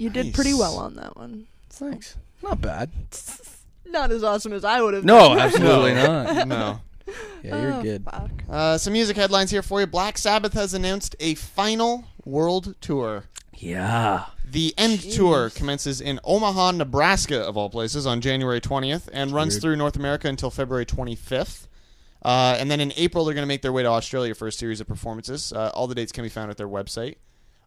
You did pretty well on that one.
Thanks. Not bad.
Not as awesome as I would have
No, absolutely not.
No.
Yeah,
Oh,
you're good.
Uh, some music headlines here for you. Black Sabbath has announced a final world tour.
Yeah.
The End Tour commences in Omaha, Nebraska, of all places, on January 20th and runs through North America until February 25th. Uh, and then in April, they're going to make their way to Australia for a series of performances. Uh, all the dates can be found at their website.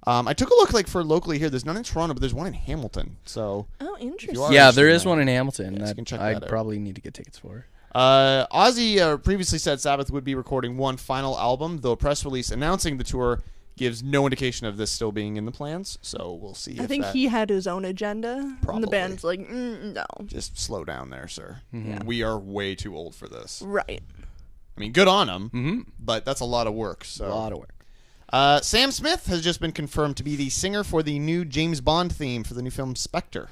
Um, I took a look like for locally here. There's none in Toronto, but there's one in Hamilton. So
Oh,
you
interesting.
are
Yeah,
interested
there
in
is
that-
one in Hamilton
Yes, you
that
can check
I
that out.
probably need to get tickets for.
Uh, Ozzy uh, previously said Sabbath would be recording one final album, though a press release announcing the tour gives no indication of this still being in the plans. So we'll see.
I
if
think
that-
he had his own agenda, and
Probably.
the band's like, mm, no,
just slow down there, sir. We are way too old for this.
right.
I mean, good on him, but that's a lot of work. So. A lot
of work.
Uh, Sam Smith has just been confirmed to be the singer for the new James Bond theme for the new film Spectre.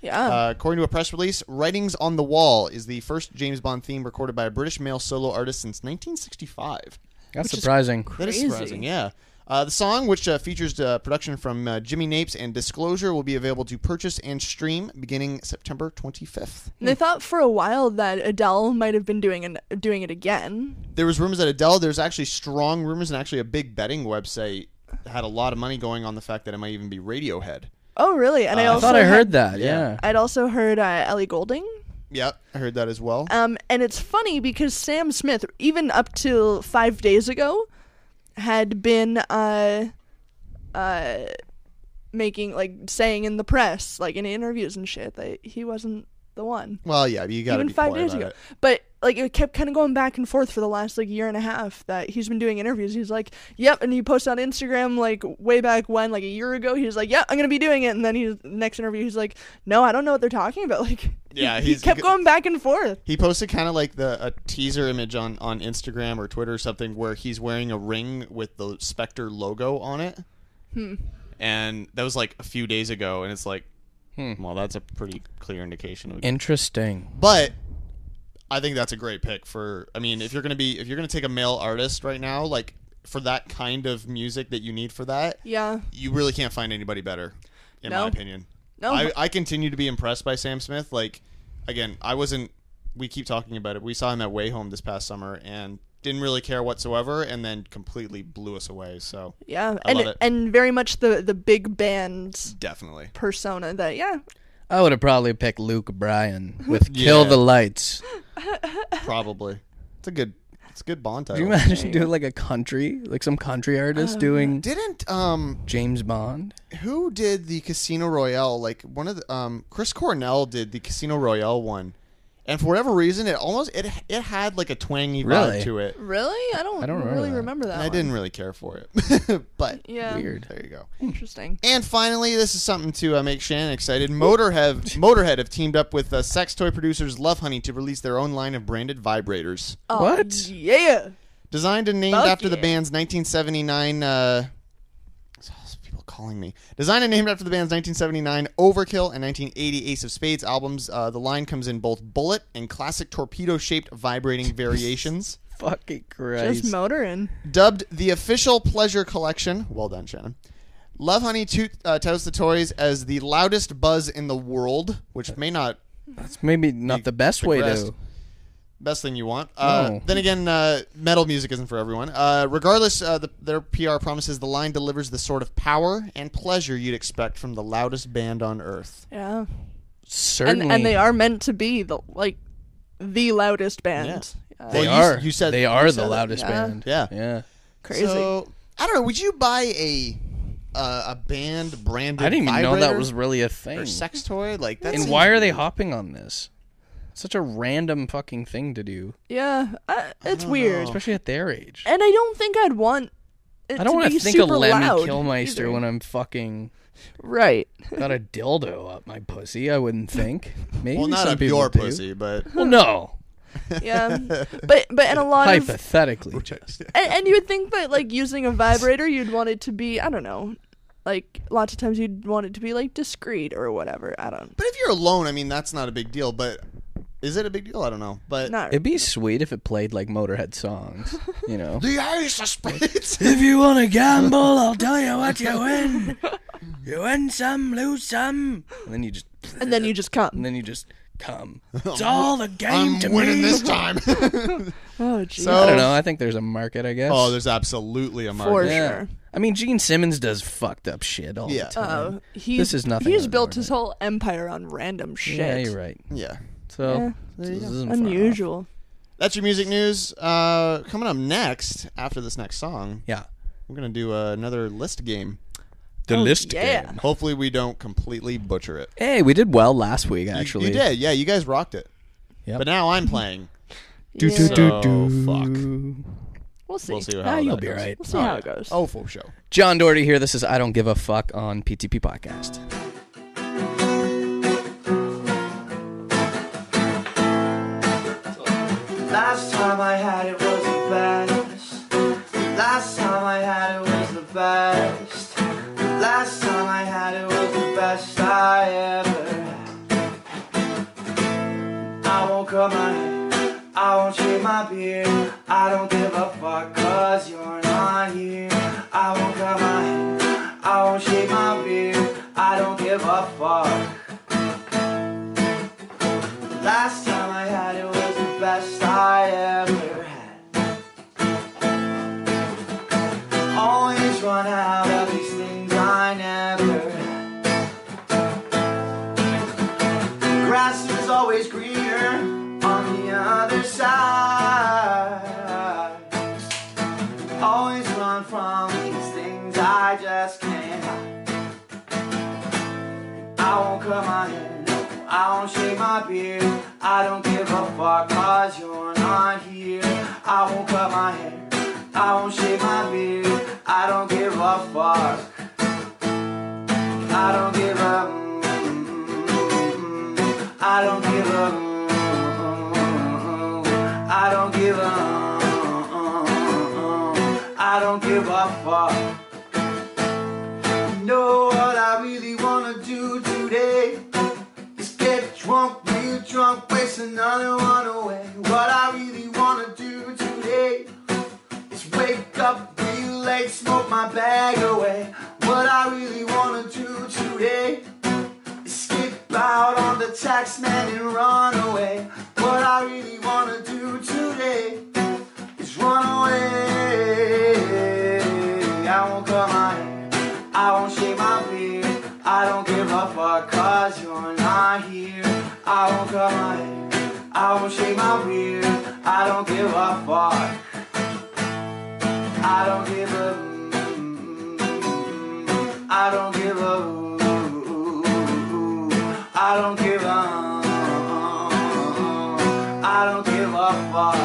Yeah.
Uh, according to a press release, Writings on the Wall is the first James Bond theme recorded by a British male solo artist since 1965.
That's
Which is
surprising.
that is
Crazy.
surprising, yeah. Uh, the song, which uh, features uh, production from uh, Jimmy Napes and Disclosure, will be available to purchase and stream beginning September 25th.
And they thought for a while that Adele might have been doing an, doing it again.
There was rumors that Adele. There's actually strong rumors, and actually a big betting website had a lot of money going on the fact that it might even be Radiohead.
Oh, really? And I
Uh, I
also
thought I
had-
heard that, yeah.
I'd also heard uh, Ellie Golding.
Yep, I heard that as well.
Um, and it's funny because Sam Smith, even up till five days ago, had been uh, uh, making like saying in the press, like in interviews and shit, that he wasn't the one.
Well, yeah, you got to
even
be
five
quiet
days
about
ago.
it.
But like it kept kind of going back and forth for the last like year and a half that he's been doing interviews. He's like, "Yep," and he posted on Instagram like way back when, like a year ago. He was like, "Yeah, I'm gonna be doing it," and then he next interview he's like, "No, I don't know what they're talking about." Like
Yeah,
he
Uh, he's
kept going back and forth.
He posted kind of like the a teaser image on on Instagram or Twitter or something where he's wearing a ring with the Spectre logo on it,
Hmm.
and that was like a few days ago, and it's like, hmm, well, that's a pretty clear indication of
Interesting.
But I think that's a great pick for. I mean, if you're gonna be if you're gonna take a male artist right now, like for that kind of music that you need for that,
Yeah.
you really can't find anybody better, in
No.
my opinion.
No.
I, I continue to be impressed by Sam Smith. Like, again, I wasn't. We keep talking about it. We saw him at Way Home this past summer and didn't really care whatsoever, and then completely blew us away. So
Yeah,
I
and
love it.
and very much the the big band
definitely.
persona that yeah,
I would have probably picked Luke Bryan with Kill the
Yeah.
Lights.
Probably, it's a good it's a good Bond
Do
title.
you imagine doing like a country, like some country artist doing
Uh, Didn't um
James Bond?
who did the Casino Royale? Like one of the um, Chris Cornell did the Casino Royale one, and for whatever reason, it almost it it had like a twangy
Really?
vibe to it.
really I don't,
I don't remember
really
that.
remember that.
And I
one.
didn't really care for it, but
Yeah. Weird.
There you go.
Hmm.
Interesting.
And finally, this is something to uh, make Shannon excited. Motorhead Motorhead have teamed up with uh, sex toy producers Love Honey to release their own line of branded vibrators.
Oh, Yeah.
Designed and named
Fuck
after the
yeah.
band's 1979. Uh, people calling me. Designed and named after the band's 1979 Overkill and 1980 Ace of Spades albums, uh, the line comes in both bullet and classic torpedo-shaped vibrating variations.
Fucking Christ.
Just motoring.
Dubbed the official pleasure collection. Well done, Shannon. Love Honey toot, uh, touts the toys as the loudest buzz in the world, which may not
That's maybe not the best way
Progressed.
to.
Best thing you want. Uh,
No.
Then again, uh, metal music isn't for everyone. Uh, regardless, uh, the, their PR promises the line delivers the sort of power and pleasure you'd expect from the loudest band on earth.
Yeah.
Certainly.
And, and they are meant to be the like the loudest band. Uh,
They
Well, you
are.
s- you said-
they
you
are
said
the
it.
loudest
Yeah.
band.
Yeah.
Yeah.
Crazy.
So I don't know. Would you buy a uh, a band branded?
I didn't even know that
vibrator
was really a
or
thing.
sex toy. Like that.
And
seems-
why are they hopping on this? Such a random fucking thing to do,
yeah, I, it's weird.
especially at their age.
And I don't think I'd want. It
I don't
want to be
think of
super
Lemmy
loud
Kilmeister
either.
when I'm fucking
Right.
got a dildo up my pussy. I wouldn't think. Maybe
Well, not
some
a
people
pure
do.
pussy, but
Well, no.
Yeah. But but and a lot of and,
Hypothetically, just
and you would think that like using a vibrator you'd want it to be I don't know. Like lots of times you'd want it to be like discreet or whatever. I don't
but if you're alone, I mean, that's not a big deal. But is it a big deal? I don't know. But
not
it'd be sweet if it played like Motorhead songs. You know,
the Ace of Spades.
if you want to gamble, I'll tell you what you win. You win some, lose some, and then you just
and then you just come.
and then you just come. It's all the game
I'm
to me.
winning this time.
Oh jeez.
So-
I don't know. I think there's a market. I guess.
oh, there's absolutely a market.
For
yeah.
sure.
I mean, Gene Simmons does fucked up shit all
Yeah.
the time.
Oh, he's,
This is nothing
He's
on
built
Motorhead.
his whole empire on random shit.
Yeah, you're right.
Yeah.
So
Yeah,
this isn't far off.
Unusual.
That's your music news. Uh, coming up next, after this next song,
Yeah.
we're gonna do uh, another list game.
The list
Oh, yeah. game.
Hopefully, we don't completely butcher it.
Hey, we did well last week
You-
actually.
you, did, yeah. You guys rocked it.
Yep.
But now I'm playing.
Yeah.
So fuck.
We'll see.
We'll see how
Ah,
that
You'll be
goes.
right.
We'll see how it goes.
Oh, full show.
John Doherty here. This is I Don't Give a Fuck on PTP Podcast.
Last time I had it was a
best I ever had. I won't cut my hair, I won't shave my beard. I don't give a fuck cause you're not here. I won't cut my hair, I won't shave my beard. I don't give a fuck. Last time I had it was the best I ever had. Always run out of these things I never Grass is always greener on the other side. Always run from these things I just can't hide. I won't cut my hair, no, I won't shave my beard. I don't give a fuck cause you're not here. I won't cut my hair, I won't shave my beard. I don't give a fuck. I don't give a mm-hmm. I don't give up. I don't give up. I don't give a fuck. You know what I really wanna do today? Is get drunk, real drunk, waste another one away. What I really wanna do today is wake up real late, smoke my bag away. What I really wanna do today skip out on the tax man and run away. What I really wanna do today is run away. I won't cut my hair, I won't shave my beard. I don't give a fuck cause you're not here. I won't cut my hair, I won't shave my beard. I don't give a fuck. I don't give a mm-hmm. I don't give a I don't give a I don't give a fuck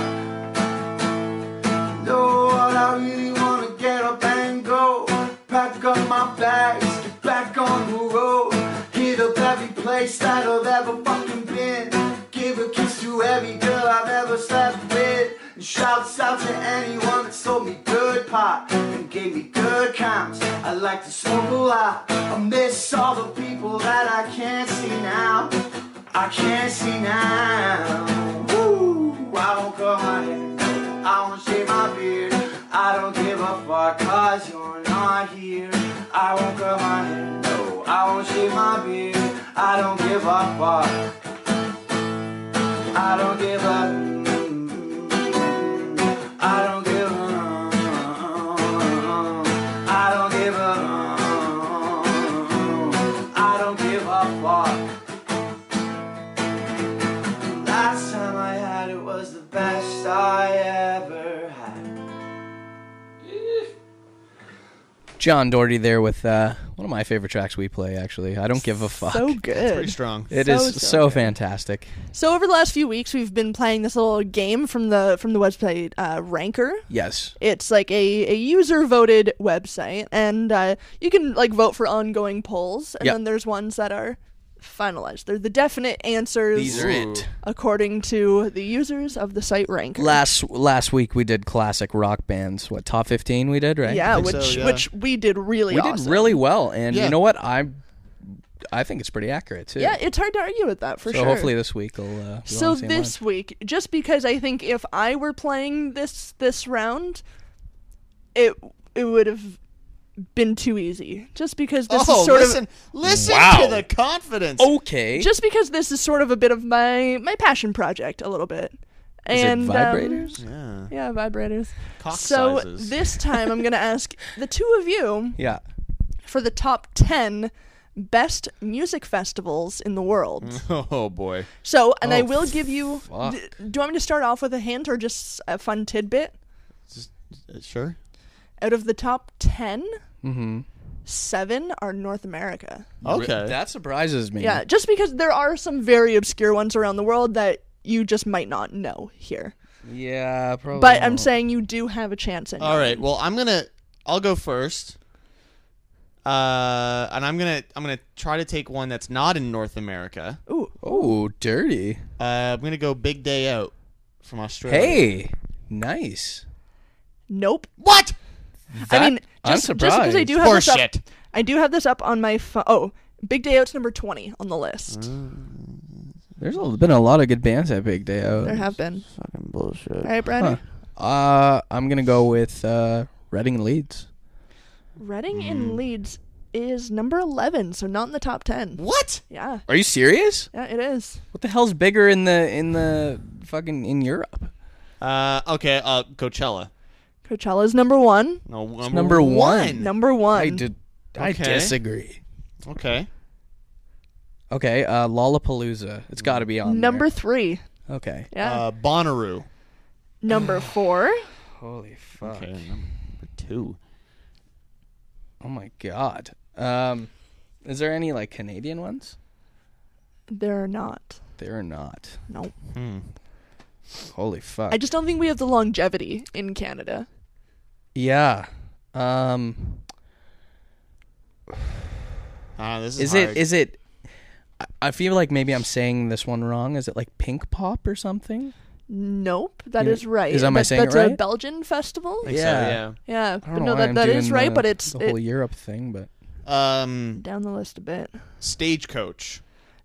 No, what I really wanna get up and go Pack up my bags, get back on the road Hit up every place that I've ever fucking been Give a kiss to every girl I've ever slept with and shouts out to anyone that sold me good pot and gave me good counts. I like to smoke a lot. I miss all the people that I can't see now. I can't see now. Woo! I won't cut my hair. I won't shave my beard. I don't give a fuck cause you're not here. I won't cut my hair. No, I won't shave my beard. I don't give a fuck. I don't give a I don't give a I don't give a I don't give a fuck. Last time I had it was the best I ever had.
John Doherty there with uh, one of my favorite tracks we play. Actually, I don't give a fuck.
So good. It's pretty
strong.
It
So,
is so,
so
fantastic.
So over the last few weeks, we've been playing this little game from the from the website uh, Ranker.
Yes.
It's like a, a user voted website, and uh, you can like vote for ongoing polls, and
Yep.
then there's ones that are finalized. They're the definite answers.
These are it.
according to the users of the site Ranker.
Last last week we did classic rock bands. What top fifteen we did right?
yeah, which which we did really
we
awesome.
did really well. And
Yeah.
you know what? I I think it's pretty accurate too.
yeah, it's hard to argue with that for
so
sure.
hopefully this week will. Uh, be
So
along the same
this week, just because I think if I were playing this this round, it it would have been too easy. Just because this
Oh,
is sort
listen-
of
listen Wow. to the confidence.
Okay.
Just because this is sort of a bit of my my passion project a little bit.
Is it
And um,
vibrators?
yeah, vibrators.
Cock
so
sizes.
this time I'm going to ask the two of you
line. Yeah.
for the top 10 best music festivals in the world.
Oh boy.
So, and I
Oh,
will give you.
fuck.
D- do you want me to start off with a hint or just a fun tidbit?
Uh, Sure.
Out of the top 10,
Mm-hmm.
seven are North America.
Okay. That surprises me.
Yeah, just because there are some very obscure ones around the world that you just might not know here.
Yeah. Probably.
But I'm
won't.
saying you do have a chance in
All right. Well, I'm gonna. I'll go first. Uh, and I'm gonna. I'm gonna try to take one that's not in North America.
Ooh.
Oh, dirty.
Uh, I'm gonna go Big Day Out from Australia.
Hey, nice.
Nope.
What?
I mean,
That- I'm
just, just because I
surprised.
do have this
Horseshit.
up, I do have this up on my phone. Oh, Big Day Out's number 20 on the list.
There's a- been a lot of good bands at Big Day Out.
There have been.
Fucking bullshit. All
right, Brady?
Uh, I'm gonna go with uh, Reading and Leeds.
Reading
Hmm.
in Leeds is number 11, so not in the top 10.
What?
Yeah.
Are you serious?
Yeah, it is.
What the hell's bigger in the in the fucking in Europe?
Uh, okay, uh, Coachella.
Coachella's number one.
No, number,
number one.
Number one.
I did. I
Okay.
disagree.
Okay.
Okay. Uh, Lollapalooza. It's got to be on.
Number three.
There. Okay.
Yeah. Uh,
Bonnaroo.
Number four.
Holy fuck.
Okay, number two.
Oh my god. Um, is there any like Canadian ones?
There are not.
There are not.
No.
Hmm. Holy fuck.
I just don't think we have the longevity in Canada.
Yeah. Um.
Ah, this
Is
is hard.
it? Is it? I- I feel like maybe I'm saying this one wrong. Is it like Pink Pop or something?
Nope, that
You-
is right.
is- am I
That-
saying it
that's a
right?
Belgian festival.
think so, Yeah. yeah.
Yeah,
I don't
but
know
no,
why
that,
I'm
that is
doing
right,
the-
but it's
uh, the
it-
whole Europe thing. But
Um,
down the list a bit.
Stagecoach.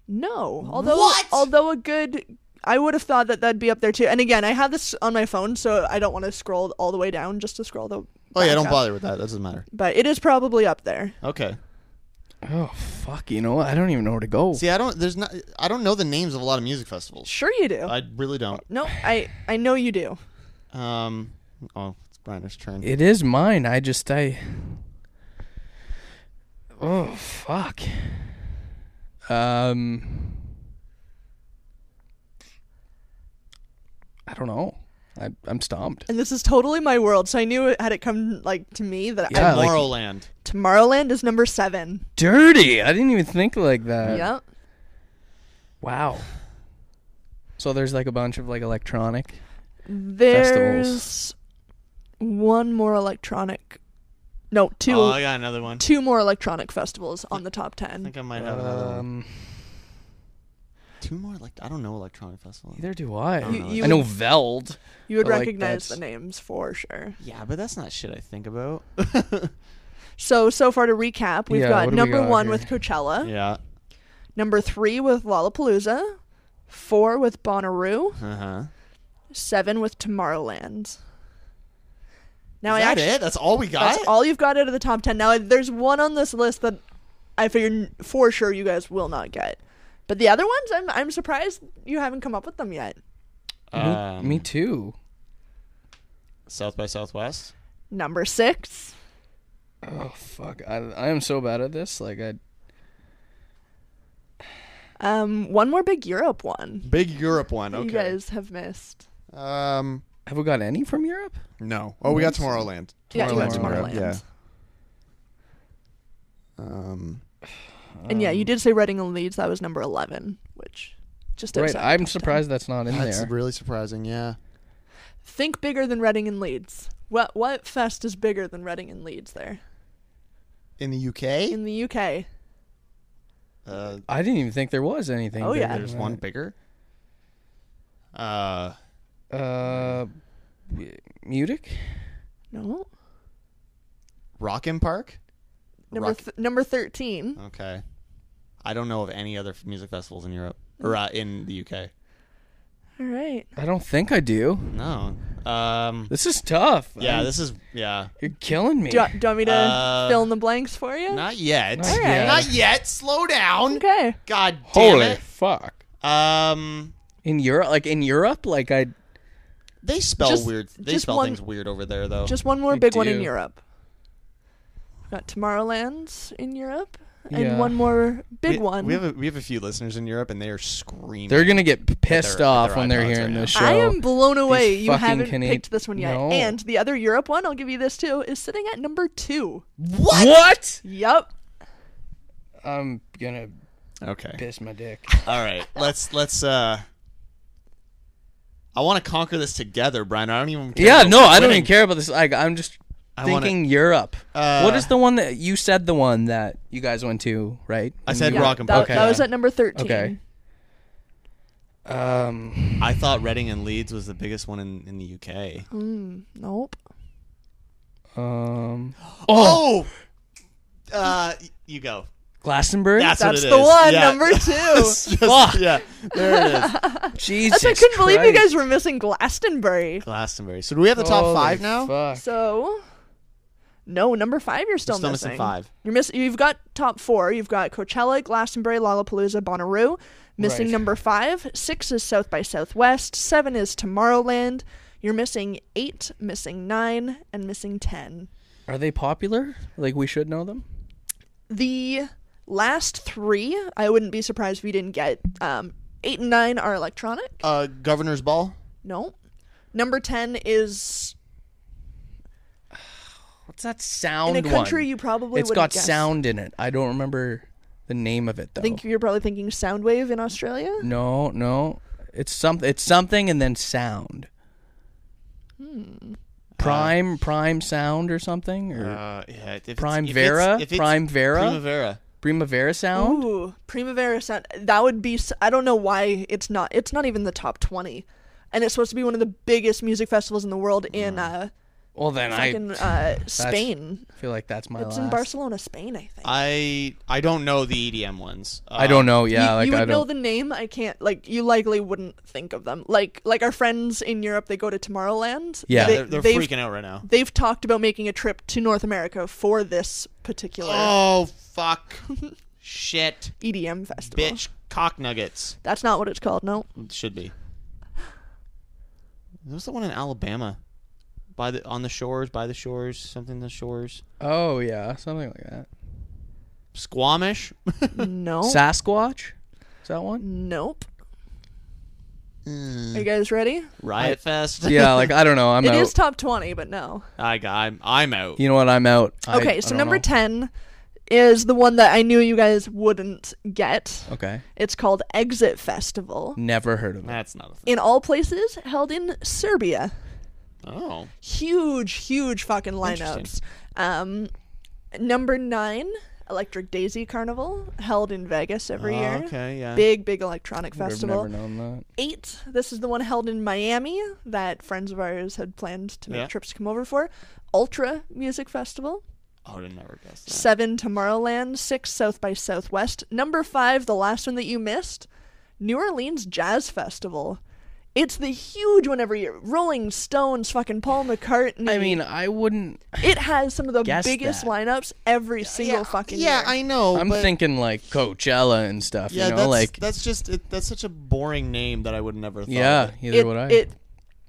No, although although a good, I would have thought that that'd be up there too. And again, I have this on my phone, so I don't want to scroll all the way down just to scroll the.
Oh yeah,
back
don't
up.
bother with that. That doesn't matter.
But it is probably up there.
Okay.
oh fuck, you know what? I don't even know where to go.
See, I don't. There's not. I don't know the names of a lot of music festivals.
Sure, you do.
I really don't.
no, I I know you do.
Um. Oh, it's Brian's turn.
It is mine. I just I. Oh fuck. Um. I don't know. I I'm stumped.
And this is totally my world, so I knew it had it come like to me that I,
Tomorrowland.
Tomorrowland is number seven.
Dirty. I didn't even think like that.
yep.
Wow. So there's like a bunch of like electronic.
There's one more electronic. No, two.
Oh, I got another one.
Two more electronic festivals on the top ten.
I think I might have another
um,
one. Two more. Like I don't know electronic festivals.
Neither do I.
don't know.
you
I know
would-
Veld.
You would
but, like,
recognize
that's-
the names for sure.
Yeah, but that's not shit I think about.
So so far to recap, we've
Yeah,
got
what do we
number
got
one
here?
with Coachella,
yeah.
number three with Lollapalooza, four with Bonnaroo,
Uh huh.
seven with Tomorrowland. Now I
Is that
actually,
it? That's all we got?
That's all you've got out of the top ten. Now there's one on this list that I figured n- for sure you guys will not get, but the other ones I'm I'm surprised you haven't come up with them yet.
Me- me too.
Um, South by Southwest.
Number six,
Oh fuck. I I am so bad at this. Like I
um, one more big Europe one
Big Europe one.
that you guys have missed.
Um.
Have we got any from Europe?
No. Oh, we got
Nice.
Tomorrowland.
Yeah, you got Tomorrowland.
Yeah. Um.
And
Um,
yeah, you did say Reading and Leeds. That was number eleven, which just
Right.
outside.
I'm surprised that's not in
That's
there.
really surprising. Yeah.
Think bigger than Reading and Leeds. What what fest is bigger than Reading and Leeds? There
In the UK.
in the UK.
Uh,
I didn't even think there was anything.
Oh,
bigger
yeah.
than
there's one
that.
bigger. Uh.
Uh, w- Munich.
No,
Rockin' Park.
number
Rock-
th- number thirteen.
Okay. I don't know of any other f- music festivals in Europe or uh, in the UK.
All right.
I don't think I do.
No. Um.
This is tough.
yeah.
I'm-
This is. Yeah.
You're killing me.
Do you, want- do you want me to
Uh,
fill in the blanks for you?
Not yet.
Not All yet.
Not yet. Slow down.
okay.
God damn
Holy
it.
fuck.
Um.
In Europe, like in Europe, like I.
They spell
Just-
weird. They
just
spell
one-
things weird over there, though.
Just one more
I
big one in
do.
Europe. We've got Tomorrowland's in Europe, and
Yeah.
one more big
we,
one.
We have a, we have a few listeners in Europe, and they are screaming.
They're gonna get pissed
their- with
off
their
when they're
iPods
hearing
right
this show.
now.
I am blown away. You
fucking
haven't
Canadi-
picked this one yet.
No.
And the other Europe one, I'll give you this too, is sitting at number two.
What?
Yep.
I'm gonna
okay.
piss my dick.
All right. Let's let's. uh I want to conquer this together, Brian. I don't even. Care
yeah,
about
no,
who's
I don't
winning.
even care about this. Like I'm just
I wanna-
thinking Europe.
Uh,
what is the one that you said? The one that you guys went to, right?
I
When
said
you-
Rock and
That,
Okay.
that was at number 13.
Okay. Um,
I thought Reading and Leeds was the biggest one in, in the UK.
Mm, nope.
um,
Oh, uh, you go.
Glastonbury.
That's, what
That's
it
the
is.
one,
Yeah.
number two.
It's just-
Fuck.
Yeah, there it is.
Jesus.
I couldn't believe you
Christ.
guys were missing Glastonbury.
Glastonbury. So do we have the top
Holy
five now?
Fuck.
So, no, number five, you're still,
still missing five.
You're miss- You've got top four. You've got Coachella, Glastonbury, Lollapalooza, Bonnaroo. Missing
Right.
number five. Six is South by Southwest. Seven is Tomorrowland. You're missing eight, missing nine, and missing ten.
Are they popular? Like we should know them.
The last three, I wouldn't be surprised if you didn't get. Um, eight and nine are electronic.
Uh, Governor's Ball.
No. Number 10 is
What's that sound?
in a country
one?
you probably
It's
would
got
guess.
sound in it. I don't remember the name of it though.
I think you're probably thinking Soundwave in Australia.
No, no. It's something. It's something, and then sound. Hmm. Prime, prime sound or something, or
Uh, yeah, if it's-
Prime
if it's-
Vera?
if it's
Prime Vera?
Primavera.
Primavera sound.
Ooh, Primavera Sound. That would be s- I don't know why it's not it's not even the top 20. And it's supposed to be one of the biggest music festivals in the world in uh
Hmm. Well, then
fucking
I
uh Spain.
feel like that's my
It's
last.
in Barcelona, Spain, I think.
I I don't know the EDM ones. Uh,
I don't know. Yeah,
you,
like
you would
I
know
don't.
the name. I can't like you likely wouldn't think of them. Like like our friends in Europe, they go to Tomorrowland.
Yeah.
they,
They're, they're
they've-
freaking out right now.
they've talked about making a trip to North America for this particular
Oh fuck! Shit!
EDM festival.
Bitch! Cock nuggets.
That's not what it's called, no.
It should be. There's the one in Alabama, by the on the shores, by the shores, something the shores.
oh yeah, something like that.
Squamish.
No.
Sasquatch. Is that one?
nope. Are you guys ready?
Riot Fest.
yeah, like I don't know. Mm. I'm
It
out.
is top 20, but no.
I got. I'm, I'm out.
you know what? I'm out. I-
Okay,
I
so
don't
number
know.
10 is the one that I knew you guys wouldn't get.
Okay,
It's called Exit Festival.
never heard of it.
That's not a thing.
In all places, held in Serbia.
Oh.
Huge, huge fucking lineups.
Interesting.
Um, number 9, Electric Daisy Carnival, held in Vegas every
Oh,
year.
okay. Yeah.
Big, big electronic
I've
festival.
never known that.
eight. This is the one held in Miami that friends of ours had planned to make
Yeah.
trips to come over for. Ultra Music Festival.
I would have never guessed that.
Seven, Tomorrowland. Six, South by Southwest. Number five, the last one that you missed, New Orleans Jazz Festival. It's the huge one every year. Rolling Stones, fucking Paul McCartney.
I mean, I wouldn't.
it has some of the
guess
biggest
that.
lineups every single fucking
yeah,
year.
I know.
I'm
but-
thinking like Coachella and stuff.
Yeah,
you know,
that's,
like
that's just it, that's such a boring name that I would never. Thought
yeah.
of it.
Either
it,
would I.
it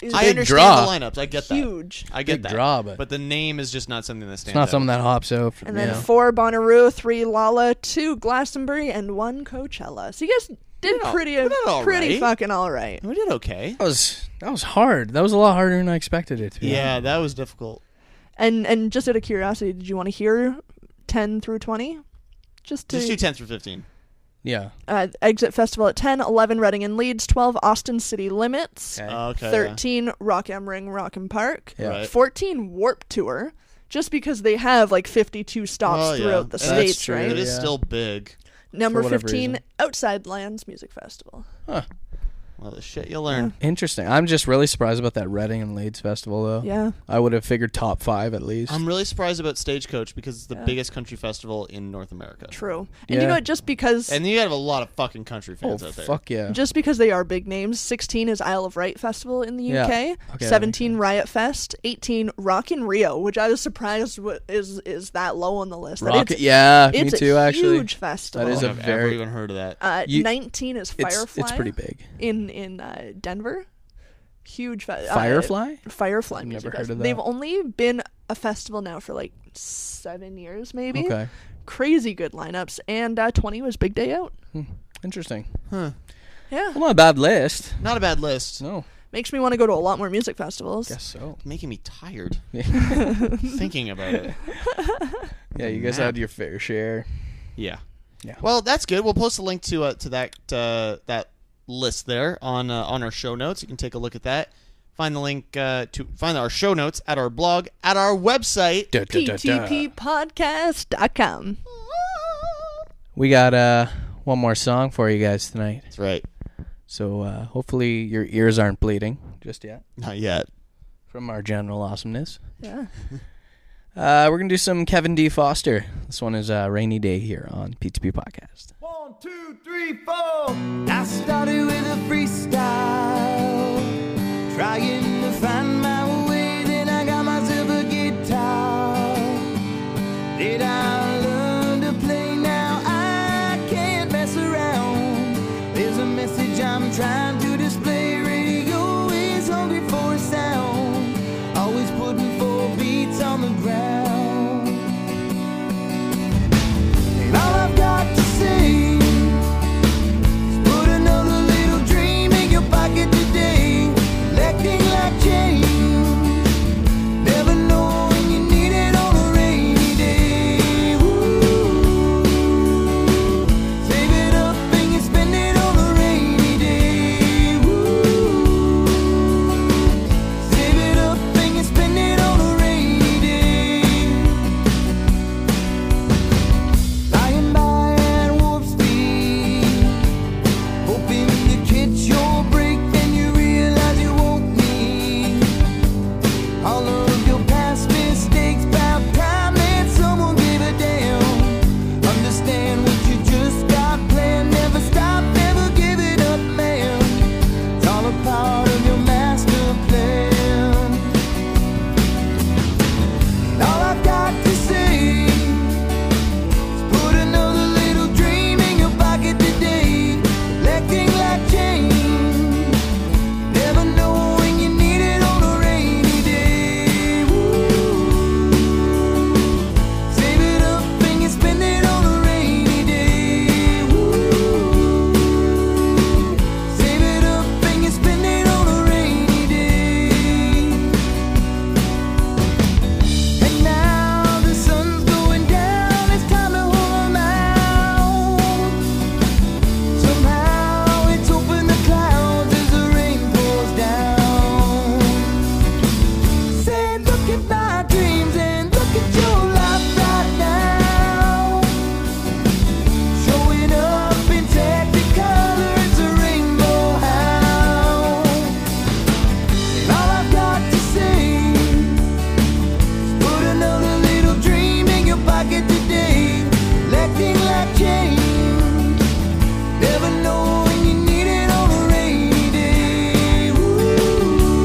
is
I
big
understand
draw.
the lineups. I get that.
huge.
I get
Big
that.
draw, but-
the name is just not something that stands.
it's not something
out.
that hops out. For,
And then
yeah.
four Bonnaroo, three Lala, two Glastonbury, and one Coachella. So you guys did
We're not-
pretty,
we're not all
pretty
right.
fucking all right.
We did okay.
that was that was hard. That was a lot harder than I expected it to. be.
Yeah, that was difficult.
And and just out of curiosity, did you want to hear ten through twenty? Just to
Just do ten through fifteen.
Yeah.
uh, exit festival at 10, 11 Reading and Leeds, twelve Austin City Limits,
Okay.
Oh, Okay. yeah.
thirteen Rock Am Ring, Rock and Park,
Yeah.
Right.
fourteen Warp Tour. Just because they have like fifty-two stops
Oh, yeah.
throughout the
That's
states,
true.
It
right?
is
Yeah.
still big.
Number
For whatever
fifteen,
reason.
Outside Lands Music Festival.
Well, the shit you learn.
Interesting. I'm just really surprised about that Reading and Leeds festival though.
Yeah.
I would have figured top five at least.
I'm really surprised about Stagecoach because it's the biggest country festival in North America.
True. And you
Yeah.
know what? Just because
And you have a lot of fucking country
oh
fans out there.
fuck yeah.
just because they are big names. 16 is Isle of Wight Festival in the
Yeah.
UK.
Okay, that makes
17 Riot Fest. 18 Rock in Rio, which I was surprised wa- is is that low on the list. That
Rocket.
it's,
Yeah. Me
it's
too.
a
Actually.
huge festival.
That
I
is
don't
a
think I've ever
very-
even heard of that.
uh,
you-
19 is
It's
Firefly.
it's pretty big.
In in uh, Denver, huge fe- uh,
Firefly.
Firefly.
I've
Music
never heard
Festival.
of that.
They've only been a festival now for like seven years, maybe.
Okay.
Crazy good lineups, and uh, 20 was Big Day Out.
Hmm. Interesting.
Yeah,
Well, not a bad list.
Not a bad list.
No.
makes me want to go to a lot more music festivals.
Guess so.
Making me tired thinking about it.
Yeah. You guys
Map.
had your fair share.
Yeah.
Yeah.
Well, that's good. We'll post a link to uh, to that uh, that list there on uh, on our show notes. You can take a look at that. Find the link uh, to find our show notes at our blog at our website.
Da, da, da, da.
PTPpodcast.com.
We got uh one more song for you guys tonight.
That's right.
So uh, hopefully your ears aren't bleeding just yet
Not yet.
from our general awesomeness.
Yeah.
Uh, we're gonna do some Kevin D. Foster. This one is uh, "Rainy Day" here on P2P Podcast.
One, two, three, four. I started with a freestyle, trying to find my way. Then I got myself a guitar. Did I learn to play? Now I can't mess around. There's a message I'm trying to display. Radio is hungry for a sound. Always putting four beats on the ground. And all I've got to say is put another little dream in your pocket today. Acting like change. Never know when you need it on a rainy day. Ooh. Save it up and you spend it on a rainy day. Ooh. Save it up and you spend it on a rainy day. Lying by at warp speed, hoping you catch your break and you realize you won't need all of your past mistakes. About time that someone gave a damn. Understand what you just got planned. Never stop, never give it up, man. It's all a part of your master plan. And all I've got to say. Put another little dream in your pocket today. Acting like change. Never know when you need it on a rainy day. Ooh. Save it up and you spend it on a rainy day. Ooh. Save it up and you spend it on a rainy day. And now the sun's going down, it's time to hold 'em out. Somehow it's over the clouds as the rain pours down. Said, look at my dreams and look at your life right now. Showing up in technicolor, it's a rainbow house. And all I've got to say Put another little dream in your pocket today. Acting like change. Never know when you need it on a rainy day. Ooh.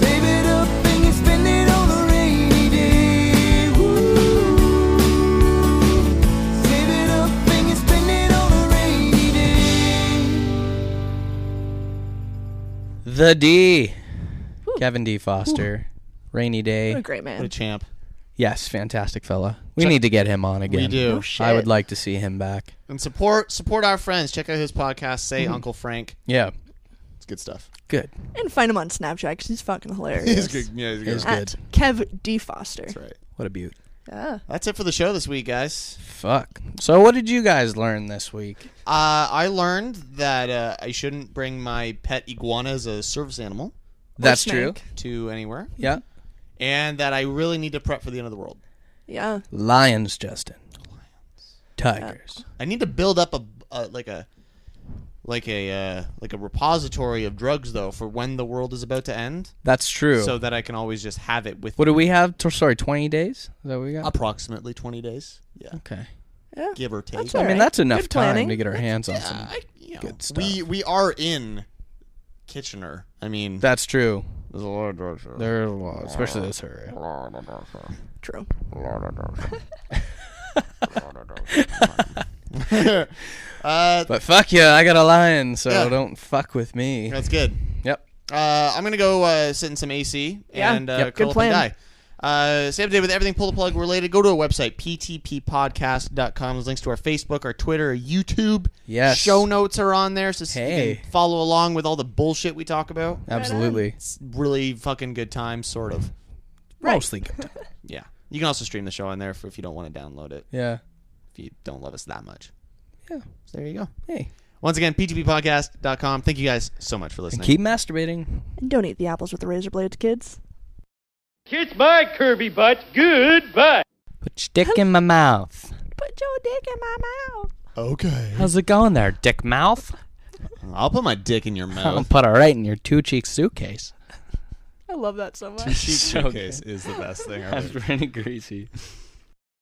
Save it up and you spend it on a rainy day. Ooh. Save it up and you spend it on a rainy day.
The D. Kevin D. Foster. Rainy Day.
What a great man. What a
champ.
Yes, fantastic fella. We
So-
need to get him on again.
do. No
I would
shit.
like to see him back.
And support support our friends. Check out his podcast. Say
Mm-hmm.
Mhm.
Uncle Frank.
Yeah.
It's good stuff.
Good.
And find him on Snapchat because he's fucking hilarious.
He's good. Yeah, he's good. He's
At
good.
Kev D. Foster. That's
right.
What a beaut.
Yeah.
That's it for the show this week, guys.
Fuck. So what did you guys learn this week?
Uh, I learned that uh, I shouldn't bring my pet iguana as a service animal.
That's true. snake.
To anywhere.
Yeah.
And that I really need to prep for the end of the world.
Yeah.
Lions, Justin. Tigers.
I need to build up a, a like a like a uh, like a repository of drugs though for when the world is about to end.
That's true.
So that I can always just have it with
What do
me.
we have? T- sorry, 20 days? Is that what we got?
approximately 20 days. Yeah.
Okay.
Yeah.
Give or take.
That's
I
all
mean,
right.
that's enough
Good
time
planning.
to get our hands on some good stuff.
We we are in Kitchener. I mean,
That's true.
There's a lot of drugs. Here.
There's a lot, especially this area.
True.
uh,
but fuck you, I got a lion, so
Yeah.
don't fuck with me.
That's good.
Yep.
Uh, I'm gonna go uh, sit in some AC
Yeah.
and uh,
Yep.
curl
Good
up
plan.
and die. Uh, stay up to date with everything pull the plug related. Go to our website, ptppodcast.com. There's links to our Facebook, our Twitter, our YouTube.
Yes.
Show notes are on there, so you
Hey.
can follow along with all the bullshit we talk about.
Absolutely.
It's really fucking good time, sort of.
Mostly good. time.
Yeah. You can also stream the show on there if, if you don't want to download it.
Yeah.
If you don't love us that much.
Yeah.
So there you go.
Hey.
Once again, ptppodcast.com. Thank you guys so much for listening.
Keep masturbating.
And don't eat the apples with the razor blades, kids.
Kiss my curvy butt. Goodbye.
Put your dick in my mouth.
Put your dick in my mouth.
Okay.
How's it going there, dick mouth?
I'll put my dick in your mouth.
I'll put it right in your two cheek suitcase.
I love that so much.
Two Cheek Showcase is the best thing ever.
After any greasy.